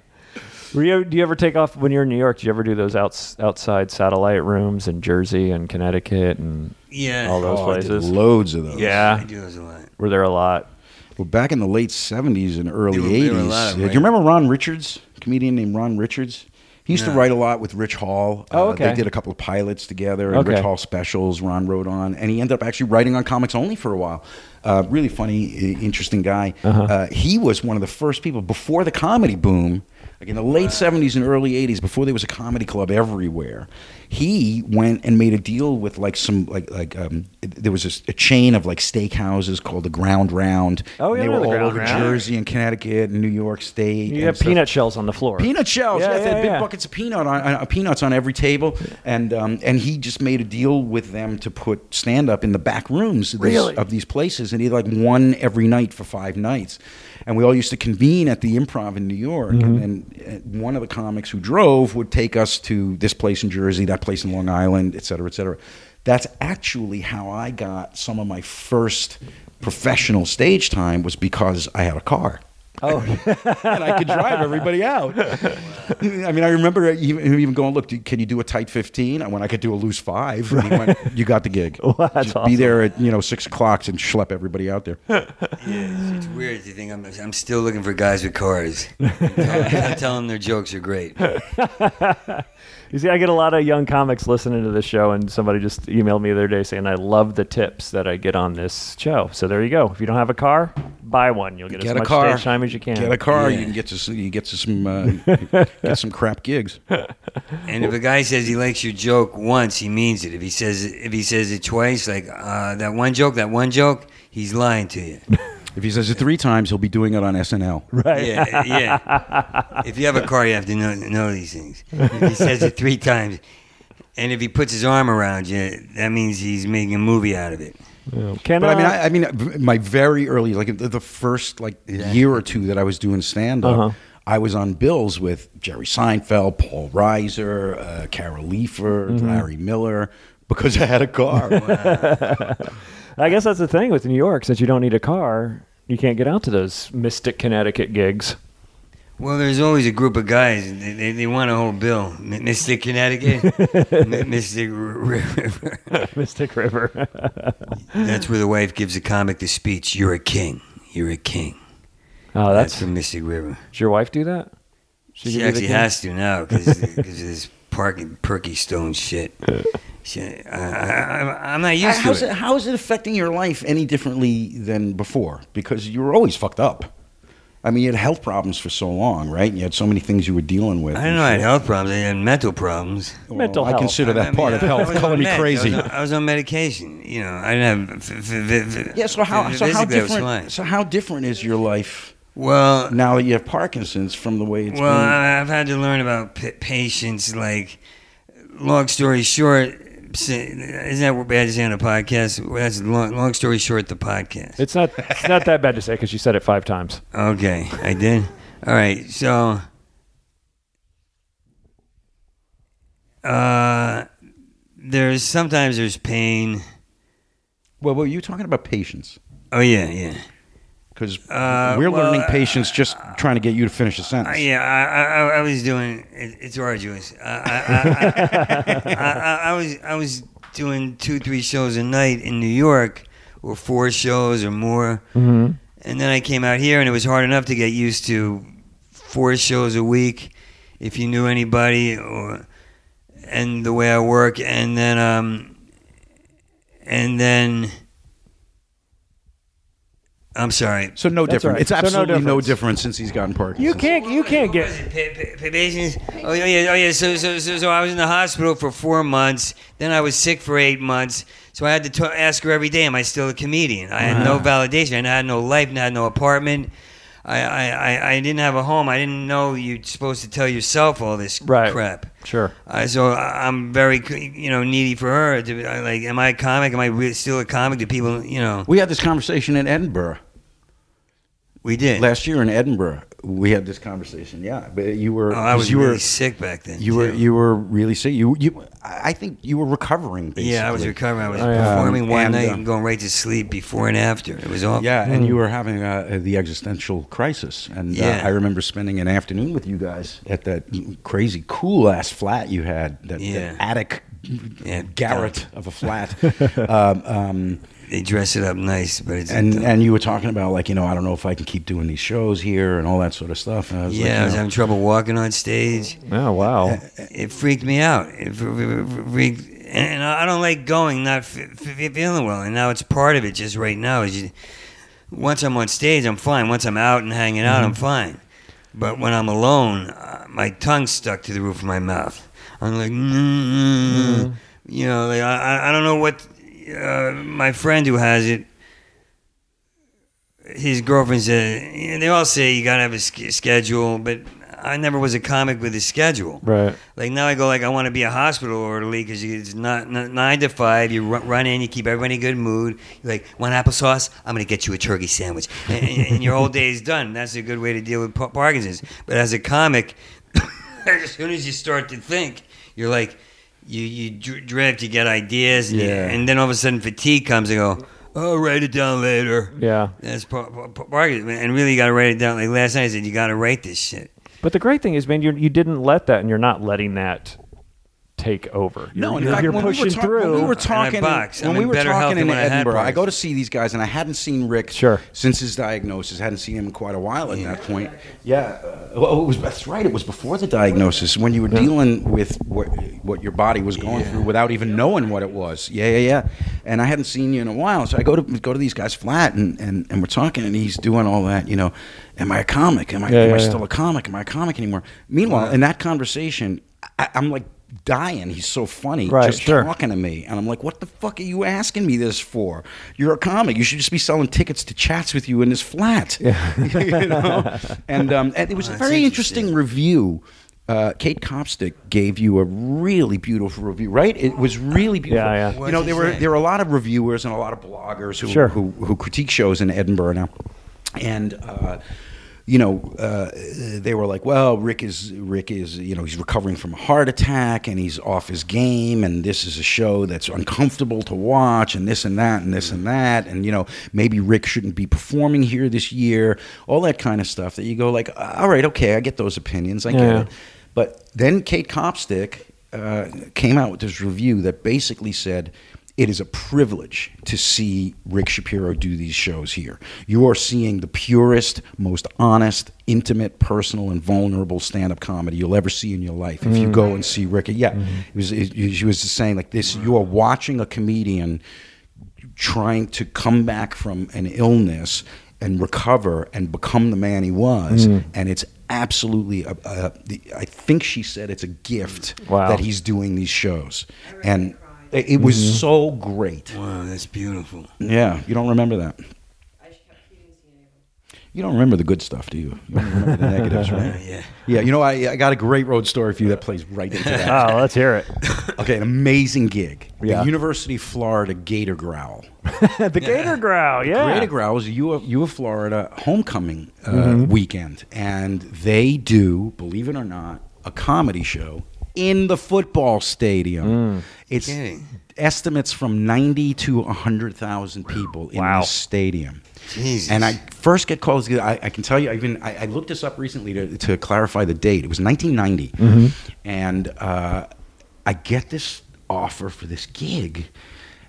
Were you, do you ever take off when you're in New York? Do you ever do those outs, outside satellite rooms in Jersey and Connecticut and Yeah. All those Oh, I did places. loads of those. I yeah, do those a lot. were there a lot? Well, back in the late '70s and early There were- '80s, there were a lot of do you writers. remember Ron Richards, comedian named Ron Richards? He used to No. write a lot with Rich Hall. Oh, Uh, okay. They did a couple of pilots together, and Okay. Rich Hall specials. Ron wrote on, and he ended up actually writing on Comics Only for a while. Uh, really funny, i- interesting guy. uh Uh-huh. he was one of the first people before the comedy boom, like in the late '70s and early '80s, before there was a comedy club everywhere. He went and made a deal with like some like like um, there was this, a chain of like steakhouses called the Ground Round. Oh, yeah, And they I know were the all Ground over Round. Jersey and Connecticut and New York State. You and have stuff. peanut shells on the floor. Peanut shells, Yeah, yes, they yeah, had big yeah. buckets of peanut on, uh, peanuts on every table, and um, and he just made a deal with them to put stand up in the back rooms of, this- Really? of these places, and he had like one every night for five nights, and we all used to convene at the Improv in New York, Mm-hmm. and then uh, one of the comics who drove would take us to this place in Jersey, that place in Long Island, et cetera, et cetera. That's actually how I got some of my first professional stage time was because I had a car and I could drive everybody out. I mean, I remember even, him even going, "Look, do, can you do a tight 15? I went, "I could do a loose five. And he went, "You got the gig. that's Just awesome. Be there at you know six o'clock and schlep everybody out there." Yeah, it's, it's weird to think I'm, I'm still looking for guys with cars. I tell them their jokes are great. You see, I get a lot of young comics listening to this show, and somebody just emailed me the other day saying, I love the tips that I get on this show. So there you go. If you don't have a car, buy one. You'll get, as Get a much car. stage time as you can. Get a car. Yeah. You can get to some, you get to some uh, get some crap gigs. And if a guy says he likes your joke once, he means it. If he says if he says it twice, like uh, that one joke, that one joke, he's lying to you. If he says it three times, he'll be doing it on SNL. Right. Yeah, yeah. If you have a car, you have to know, know these things. If he says it three times, and if he puts his arm around you, that means he's making a movie out of it. Can But I mean, uh, I, I mean, v- my very early, like the, the first like year or two that I was doing stand up, Uh-huh. I was on bills with Jerry Seinfeld, Paul Reiser, uh, Carol Leifer, Larry Miller, because I had a car. I guess that's the thing with New York, since you don't need a car, you can't get out to those Mystic, Connecticut gigs. Well, there's always a group of guys. They, they, they want a whole bill. M- Mystic, Connecticut. M- Mystic River. Mystic River. That's where the wife gives a comic the speech. You're a king. You're a king. oh, That's that's. from Mystic River. Does your wife do that? She, give you the actually king? has to now because of this parking perky stone shit. She, I, I, I'm not used to how's, it. it, how's it affecting your life any differently than before? Because you were always fucked up. I mean, you had health problems for so long, right? You had so many things you were dealing with. I didn't know I had health problems. I had mental problems. Well, Mental I health. consider that I mean, part of I- I health. was Calling on me meds. crazy. I was, on, I was on medication. You know, I didn't have. F- f- f- f- yeah. So how? So how physically I was different? fine. So how different is your life? well, now that you have Parkinson's from the way it's well, been. I- I've had to learn about p- patience. Like, long story short, s- isn't that what bad to say on a podcast? Well, that's long, long story short, the podcast. It's not, it's not that bad to say because you said it five times. Okay, I did. All right, so uh, there's sometimes there's pain. well, well, you're talking about patience Oh yeah, yeah, because Uh, we're well, learning uh, patience just trying to get you to finish a uh, sentence. yeah. I, I, I was doing it, it's arduous. I, I, I, I, I, I was I was doing two three shows a night in New York, or four shows or more, Mm-hmm. and then I came out here and it was hard enough to get used to four shows a week if you knew anybody or and the way I work and then um and then I'm sorry. So no That's all different. right. It's So no absolutely no difference. difference since he's gotten Parkinson's. You can't, you can't What was get. it? Pa- pa- pa- patients? Oh yeah, yeah, oh yeah. So, so, so, so I was in the hospital for four months. Then I was sick for eight months. So I had to t- ask her every day, "Am I still a comedian?" I had no validation. I had no life. I had no apartment. I, I, I, I didn't have a home. I didn't know you're supposed to tell yourself all this Right. crap. Sure. I, so I- I'm very, you know, needy for her. To, be- I, like, am I a comic? Am I re- still a comic? Do people, you know? We had this conversation in Edinburgh We did. last year in Edinburgh. We had this conversation. Yeah, but you were oh, I was you really were sick back then. you were too. you were really sick. You you I think you were recovering. Basically. Yeah, I was recovering. I was Oh, yeah. performing one And, night uh, and going right to sleep before and after. It was awful. Yeah, and you were having uh, the existential crisis, and Hmm. Yeah. uh, I remember spending an afternoon with you guys at that crazy cool ass flat you had, that, that Yeah. attic Yeah, garret of a flat. um, um, They dress it up nice, but it's and and you were talking about like you know I don't know if I can keep doing these shows here and all that sort of stuff. And I was yeah, I like, was you know, having trouble walking on stage. Oh wow. It freaked me out. It fr- fr- fr- freaked, and and I don't like going not f- f- feeling well. And now it's part of it. Just right now is you, once I'm on stage, I'm fine. Once I'm out and hanging out, I'm fine. But when I'm alone, uh, my tongue's stuck to the roof of my mouth. I'm like, mm mm you know, like I, I- I don't know what uh, my friend who has it. His girlfriend said yeah, they all say you gotta have a sch- schedule, but I never was a comic with a schedule. Right. Like now, I go like I want to be a hospital orderly because it's not, not nine to five. You run, run in, you keep everybody in a good mood. You're like one applesauce. I'm gonna get you a turkey sandwich, and, and- and your whole day is done. That's a good way to deal with Pa- Parkinson's. But as a comic, as soon as you start to think, you're like you you dr- drift. You get ideas, and, you- Yeah. and then all of a sudden fatigue comes and go. Oh, write it down later. Yeah. That's par- par- par- Parkinson's, man. and really you got to write it down. Like last night, I said you got to write this shit. But the great thing is, man, you you didn't let that, and you're not letting that take over. You're, No, in you're, fact, you're when pushing we were ta- through. When we were and I talking, box. when I'm we in were better health talking than in when I had Edinburgh, I, breakfast. go to see these guys, and I hadn't seen Rick Sure. since his diagnosis. hadn't seen him in quite a while at that point. Yeah, uh, well, it was, that's right. It was before the diagnosis when you were dealing with what, what your body was going through without even knowing what it was. Yeah, yeah, yeah. And I hadn't seen you in a while, so I go to go to these guys' flat, and, and, and we're talking, and he's doing all that. You know, am I a comic? Am I, Yeah, am I yeah, yeah. still a comic? Am I a comic anymore? Meanwhile, in that conversation, I, I'm like dying. He's so funny, Right, just sure. talking to me, and I'm like, "What the fuck are you asking me this for? You're a comic. You should just be selling tickets to chats with you in this flat." you know? And um, and it was a that's very interesting. interesting review. Uh, Kate Copstick gave you a really beautiful review, right? It was really beautiful. Yeah, yeah. What You know, did there she were say? there were a lot of reviewers and a lot of bloggers who Sure. who, who critique shows in Edinburgh now, and. Uh, you know, uh, they were like, "Well, Rick is Rick is you know he's recovering from a heart attack and he's off his game and this is a show that's uncomfortable to watch and this and that and this and that and you know maybe Rick shouldn't be performing here this year, all that kind of stuff." That you go like, "All right, okay, I get those opinions, I get Yeah. it," but then Kate Copstick uh, came out with this review that basically said, it is a privilege to see Rick Shapiro do these shows here. You are seeing the purest, most honest, intimate, personal, and vulnerable stand-up comedy you'll ever see in your life. If you go and see Rick, yeah, it was. It, she was just saying like this: you are watching a comedian trying to come back from an illness and recover and become the man he was. Mm. And it's absolutely, a, a, the, I think she said it's a gift Wow. that he's doing these shows. And it, it Mm-hmm. was so great. Wow, that's beautiful. Yeah, you don't remember that. I just kept feeding Sienna. You don't remember the good stuff, do you? You don't remember the negatives, right? Yeah. Yeah, you know, I, I got a great road story for you that plays right into that. oh, let's hear it. Okay, an amazing gig. Yeah. The University of Florida Gator Growl. the Gator Growl. Yeah. Greater Growl is a U of, U of Florida homecoming uh, Mm-hmm. weekend, and they do, believe it or not, a comedy show in the football Mm. stadium. It's Kidding. estimates from ninety to hundred thousand people in Wow. this stadium. Jesus. And I first get calls. I, I can tell you, I even I, I looked this up recently to, to clarify the date. It was 1990, and uh, I get this offer for this gig,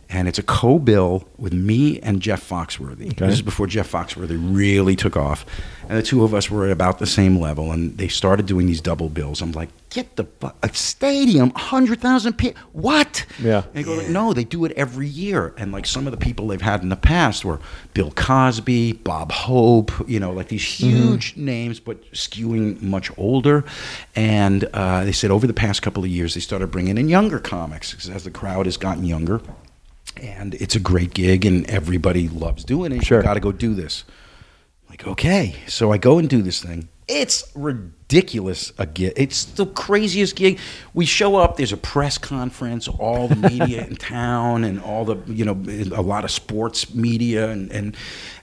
and it's a co-bill with me and Jeff Foxworthy. This is before Jeff Foxworthy really took off, and the two of us were at about the same level. And they started doing these double bills. I'm like, get the fu- a stadium, hundred thousand people. What? Yeah. And they go, like, no, they do it every year. And like some of the people they've had in the past were Bill Cosby, Bob Hope, you know, like these Mm-hmm. huge names, but skewing much older. And uh, they said over the past couple of years, they started bringing in younger comics 'cause as the crowd has gotten younger. And it's a great gig, and everybody loves doing it. Sure. You got to go do this. Like, okay. So I go and do this thing. It's ridiculous a gig. It's the craziest gig. We show up, there's a press conference, all the media in town and all the, you know, a lot of sports media and, and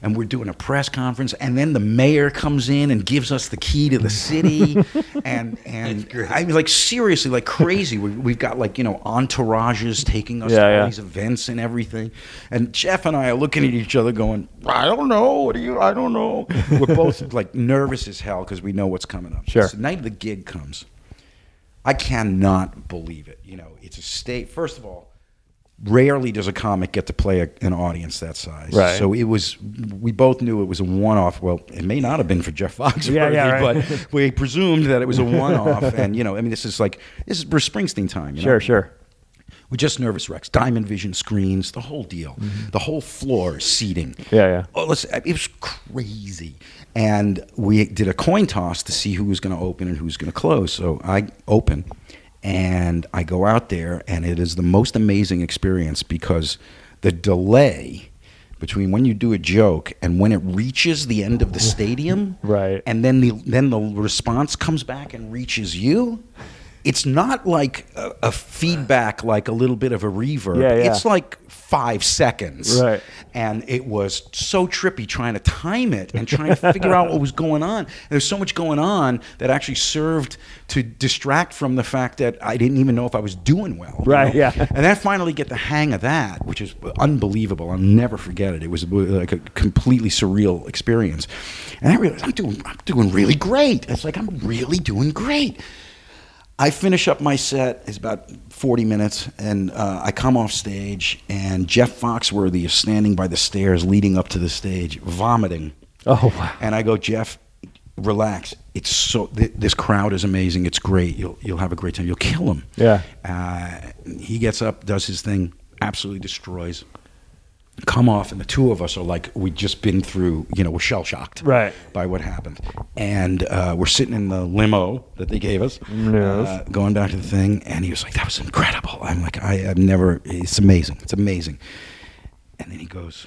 and we're doing a press conference and then the mayor comes in and gives us the key to the city and and I mean like seriously like crazy. We we've got like, you know, entourages taking us Yeah, to all yeah. these events and everything. And Jeff and I are looking at each other, going, "I don't know. What do you? I don't know." We're both like nervous as hell because we know what's coming up. Sure. So the night of the gig comes, I cannot believe it. You know, it's a state. First of all, rarely does a comic get to play a, an audience that size. Right. So it was. We both knew it was a one-off. Well, it may not have been for Jeff Foxworthy, Yeah, yeah, right. but we presumed that it was a one-off. and you know, I mean, this is like this is Bruce Springsteen time. You know? Sure, sure. With just Nervous Rex, Diamond Vision screens, the whole deal, the whole floor seating. Mm-hmm. Yeah, yeah. Oh, listen, it was crazy. And we did a coin toss to see who was going to open and who's going to close. So I open and I go out there, and it is the most amazing experience because the delay between when you do a joke and when it reaches the end of the stadium Right. and then the then the response comes back and reaches you it's not like a, a feedback like a little bit of a reverb Yeah, yeah. it's like five seconds Right. and it was so trippy trying to time it and trying to figure out what was going on and there's so much going on that actually served to distract from the fact that i didn't even know if i was doing well you Right, know? yeah. and then I finally get the hang of that, which is unbelievable. I'll never forget it. It was uh, like a completely surreal experience, and I realized I'm doing I'm doing really great. It's like I'm really doing great. I finish up my set. It's about 40 minutes, and uh, I come off stage, and Jeff Foxworthy is standing by the stairs leading up to the stage, vomiting. Oh, wow. And I go, Jeff, relax. It's so th- this crowd is amazing. It's great. You'll you'll have a great time. You'll kill him. Yeah. Uh, he gets up, does his thing, absolutely destroys. Come off, and the two of us are like we've just been through. You know, we're shell shocked Right. by what happened, and uh, we're sitting in the limo that they gave us, Mm-hmm. Yes. uh, going back to the thing. And he was like, "That was incredible." I'm like, "I have never. It's amazing. It's amazing." And then he goes,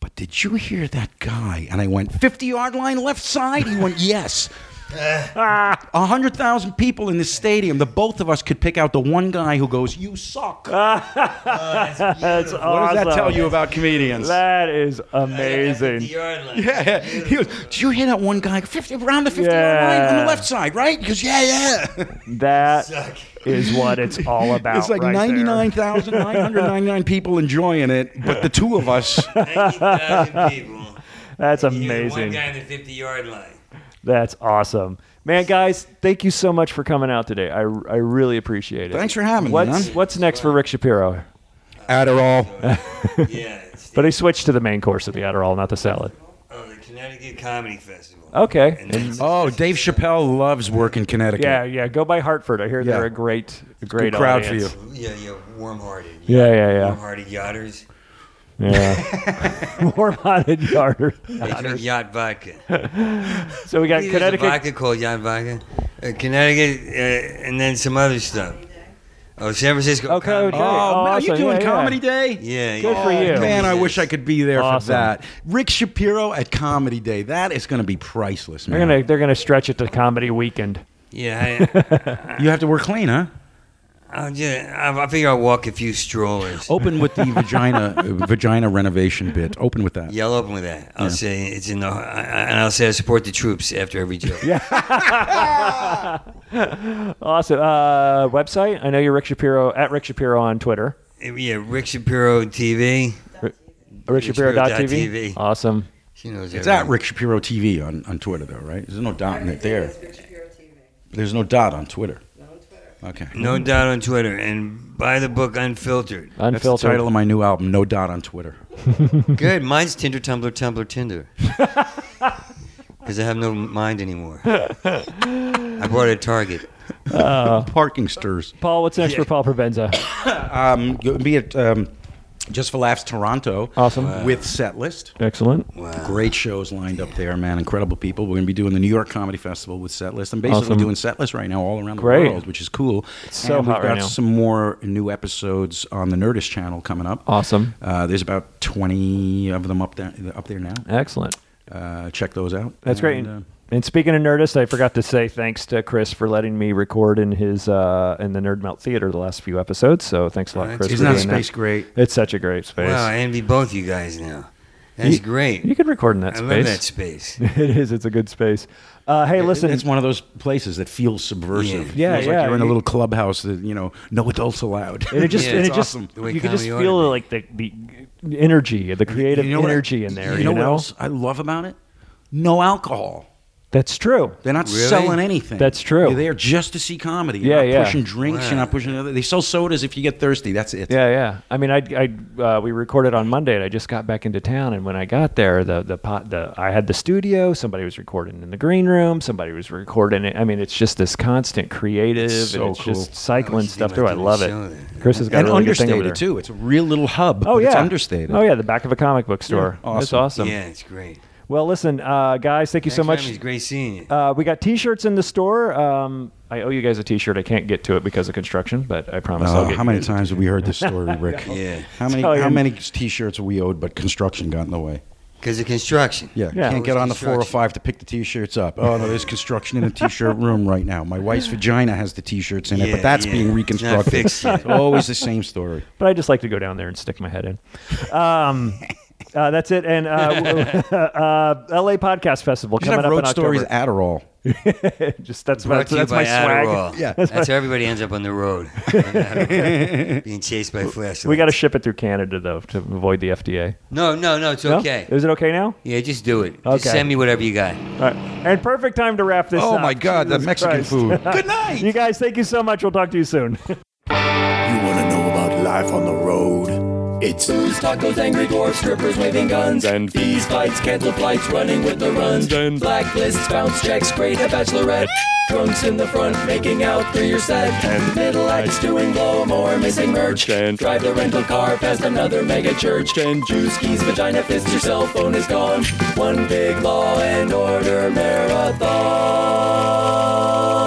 but did you hear that guy? And I went, 50 yard line left side? He went, yes. A 100,000 people in this stadium, the both of us could pick out the one guy who goes, you suck. That's awesome. what does that tell you about comedians? That is The amazing. yard line. yeah, he goes, did you hear that one guy? 50, around the 50 yard line on Yeah. the left side, right? He goes, yeah, yeah. That is what it's all about. it's like right there. 99,999 people enjoying it, but the two of us. 90,000 people. That's You're the one amazing. guy in the 50 yard line. That's awesome. Man, guys, thank you so much for coming out today. I, I really appreciate it. Thanks for having me, what's, man. What's next for Rick Shapiro? Adderall. Yeah. It's the, But he switched to the main course of the Adderall, not the salad. oh, the Connecticut Comedy Festival. Okay. And that's- Oh, Dave Chappelle loves work in Connecticut. Yeah, yeah. Go by Hartford. I hear they're Yeah. a great, a great good crowd for audience. Yeah, yeah, warm hearted. Yeah, yeah, yeah. Warm hearted yachters. Yeah. Warm-hearted yarder. They drink yacht vodka. So we got There's a Connecticut. vodka called yacht vodka. Uh, Connecticut, uh, and then some other stuff. Oh, San Francisco. Okay, Comedy. okay. Oh, man, awesome. you doing Yeah, yeah. Comedy Day? Oh, Yeah, Good yeah. for you. Man, I wish I could be there for Awesome. that. Rick Shapiro at Comedy Day. That is going to be priceless, They're man. gonna they're gonna stretch it to comedy weekend. Yeah, I, you have to work clean, huh? I'll just, I, I figure I'll walk a few strollers. Open with the vagina uh, vagina renovation bit. Open with that. Yeah, I'll open with that. I'll say it's in the, I, I- and I'll say I support the troops after every joke. Yeah. Awesome. Uh, website. I know you're Rick Shapiro at Rick Shapiro on Twitter. yeah, Rick Shapiro TV. RickShapiro.tv. Shapiro.tv. Awesome. She knows It's at everything. Rick Shapiro TV on, on Twitter, though, right? There's no dot in it there. It's Rick Shapiro TV, There's no dot on Twitter. not on Twitter. Okay. Mm-hmm. No doubt on Twitter, and buy the book Unfiltered. That's the Unfiltered. title of my new album, No Dot on Twitter. Good. Mine's Tinder, Tumblr, Tumblr, Tinder. Because I have no mind anymore. I bought it at Target. Parking stirs. Paul, what's next for Paul Provenza? Um, you'll be at um, Just for Laughs Toronto. uh, Awesome. With Setlist. Excellent. Great shows lined up there, man. Incredible people. We're going to be doing the New York Comedy Festival with Setlist. I'm basically Awesome. doing Setlist right now all around the Great. world, which is cool. so and we've hot got right now. some more new episodes on the Nerdist channel coming up. Awesome. Uh, there's about 20 of them up there up there now. Excellent. Uh, check those out. That's great. And, uh, and speaking of Nerdist, I forgot to say thanks to Chris for letting me record in his uh, in the Nerd Melt Theater the last few episodes. So thanks a lot, Alright. Chris. isn't for that doing space great? It's such a great space. Wow, I envy both you guys now. That's great. You can record in that I space. love that space. it is. It's a good space. Uh, hey, listen. it's one of those places that feels subversive. Yeah. Yeah, feels yeah. like you're in a You- little clubhouse that you know no adults allowed. and it just, Yeah, and it's it just, awesome. The way you can just comedy feel ordered. like the, the energy, the creative You know what I- energy in there. You know what else I love about it? No alcohol. That's true. They're not Really? selling anything. That's true. You're there just to see comedy. You're Yeah, not yeah. pushing drinks. You're not pushing. Other, they sell sodas if you get thirsty. That's it. Yeah, yeah. I mean, I, I, uh, we recorded on Monday, and I just got back into town. And when I got there, the the pot, the I had the studio. Somebody was recording in the green room. Somebody was recording it. I mean, it's just this constant creative. It's so and it's cool. just cycling should do stuff my through. I TV love show it. then. Chris has got and a really good thing over understated there. too. It's a real little hub. Oh but yeah, It's understated. Oh yeah, the back of a comic book store. Yeah, That's awesome. awesome. Yeah, it's great. Well, listen, uh, guys, thank you so Next much. time It's great seeing you. Uh, we got T-shirts in the store. Um, I owe you guys a T-shirt. I can't get to it because of construction, but I promise I'll Oh, get. how many times have we heard this story, Rick? Yeah. How many Tell you. how many t-shirts we owed, but construction got in the way. Because of construction. Yeah, Yeah. can't get on the Construction. 405 to pick the t-shirts up. Oh no, there's construction in the t-shirt room right now. My wife's vagina has the t-shirts in it, but Yeah, that's yeah. being It's not reconstructed. fixed yet. It's always the same story. But I just like to go down there and stick my head in. Um, uh, that's it. And uh, w- uh, LA Podcast Festival Just coming up have road in October. stories Adderall. just that's my, Brought to you that's my by swag. Adderall. Yeah. That's how everybody ends up on the road. Adderall. Being chased by flashlights. We got to ship it through Canada though to avoid the FDA. No, no, no. It's No? okay. Is it okay now? Yeah, just do it. Just Okay. send me whatever you got. All right. And perfect time to wrap this Oh up. my God, that Jesus Mexican Christ. food. Good night. You guys, thank you so much. We'll talk to you soon. You want to know about life on the road? It's Booze, tacos, angry dwarfs, strippers waving guns, and fees, fights, cancel flights, running with the runs, and blacklists, bounce checks, great a bachelorette, drunks in the front, making out through your set, and middle acts doing blow more, missing merch, and drive the rental car past another mega church, and juice keys, vagina fist, your cell phone is gone, one big law and order marathon.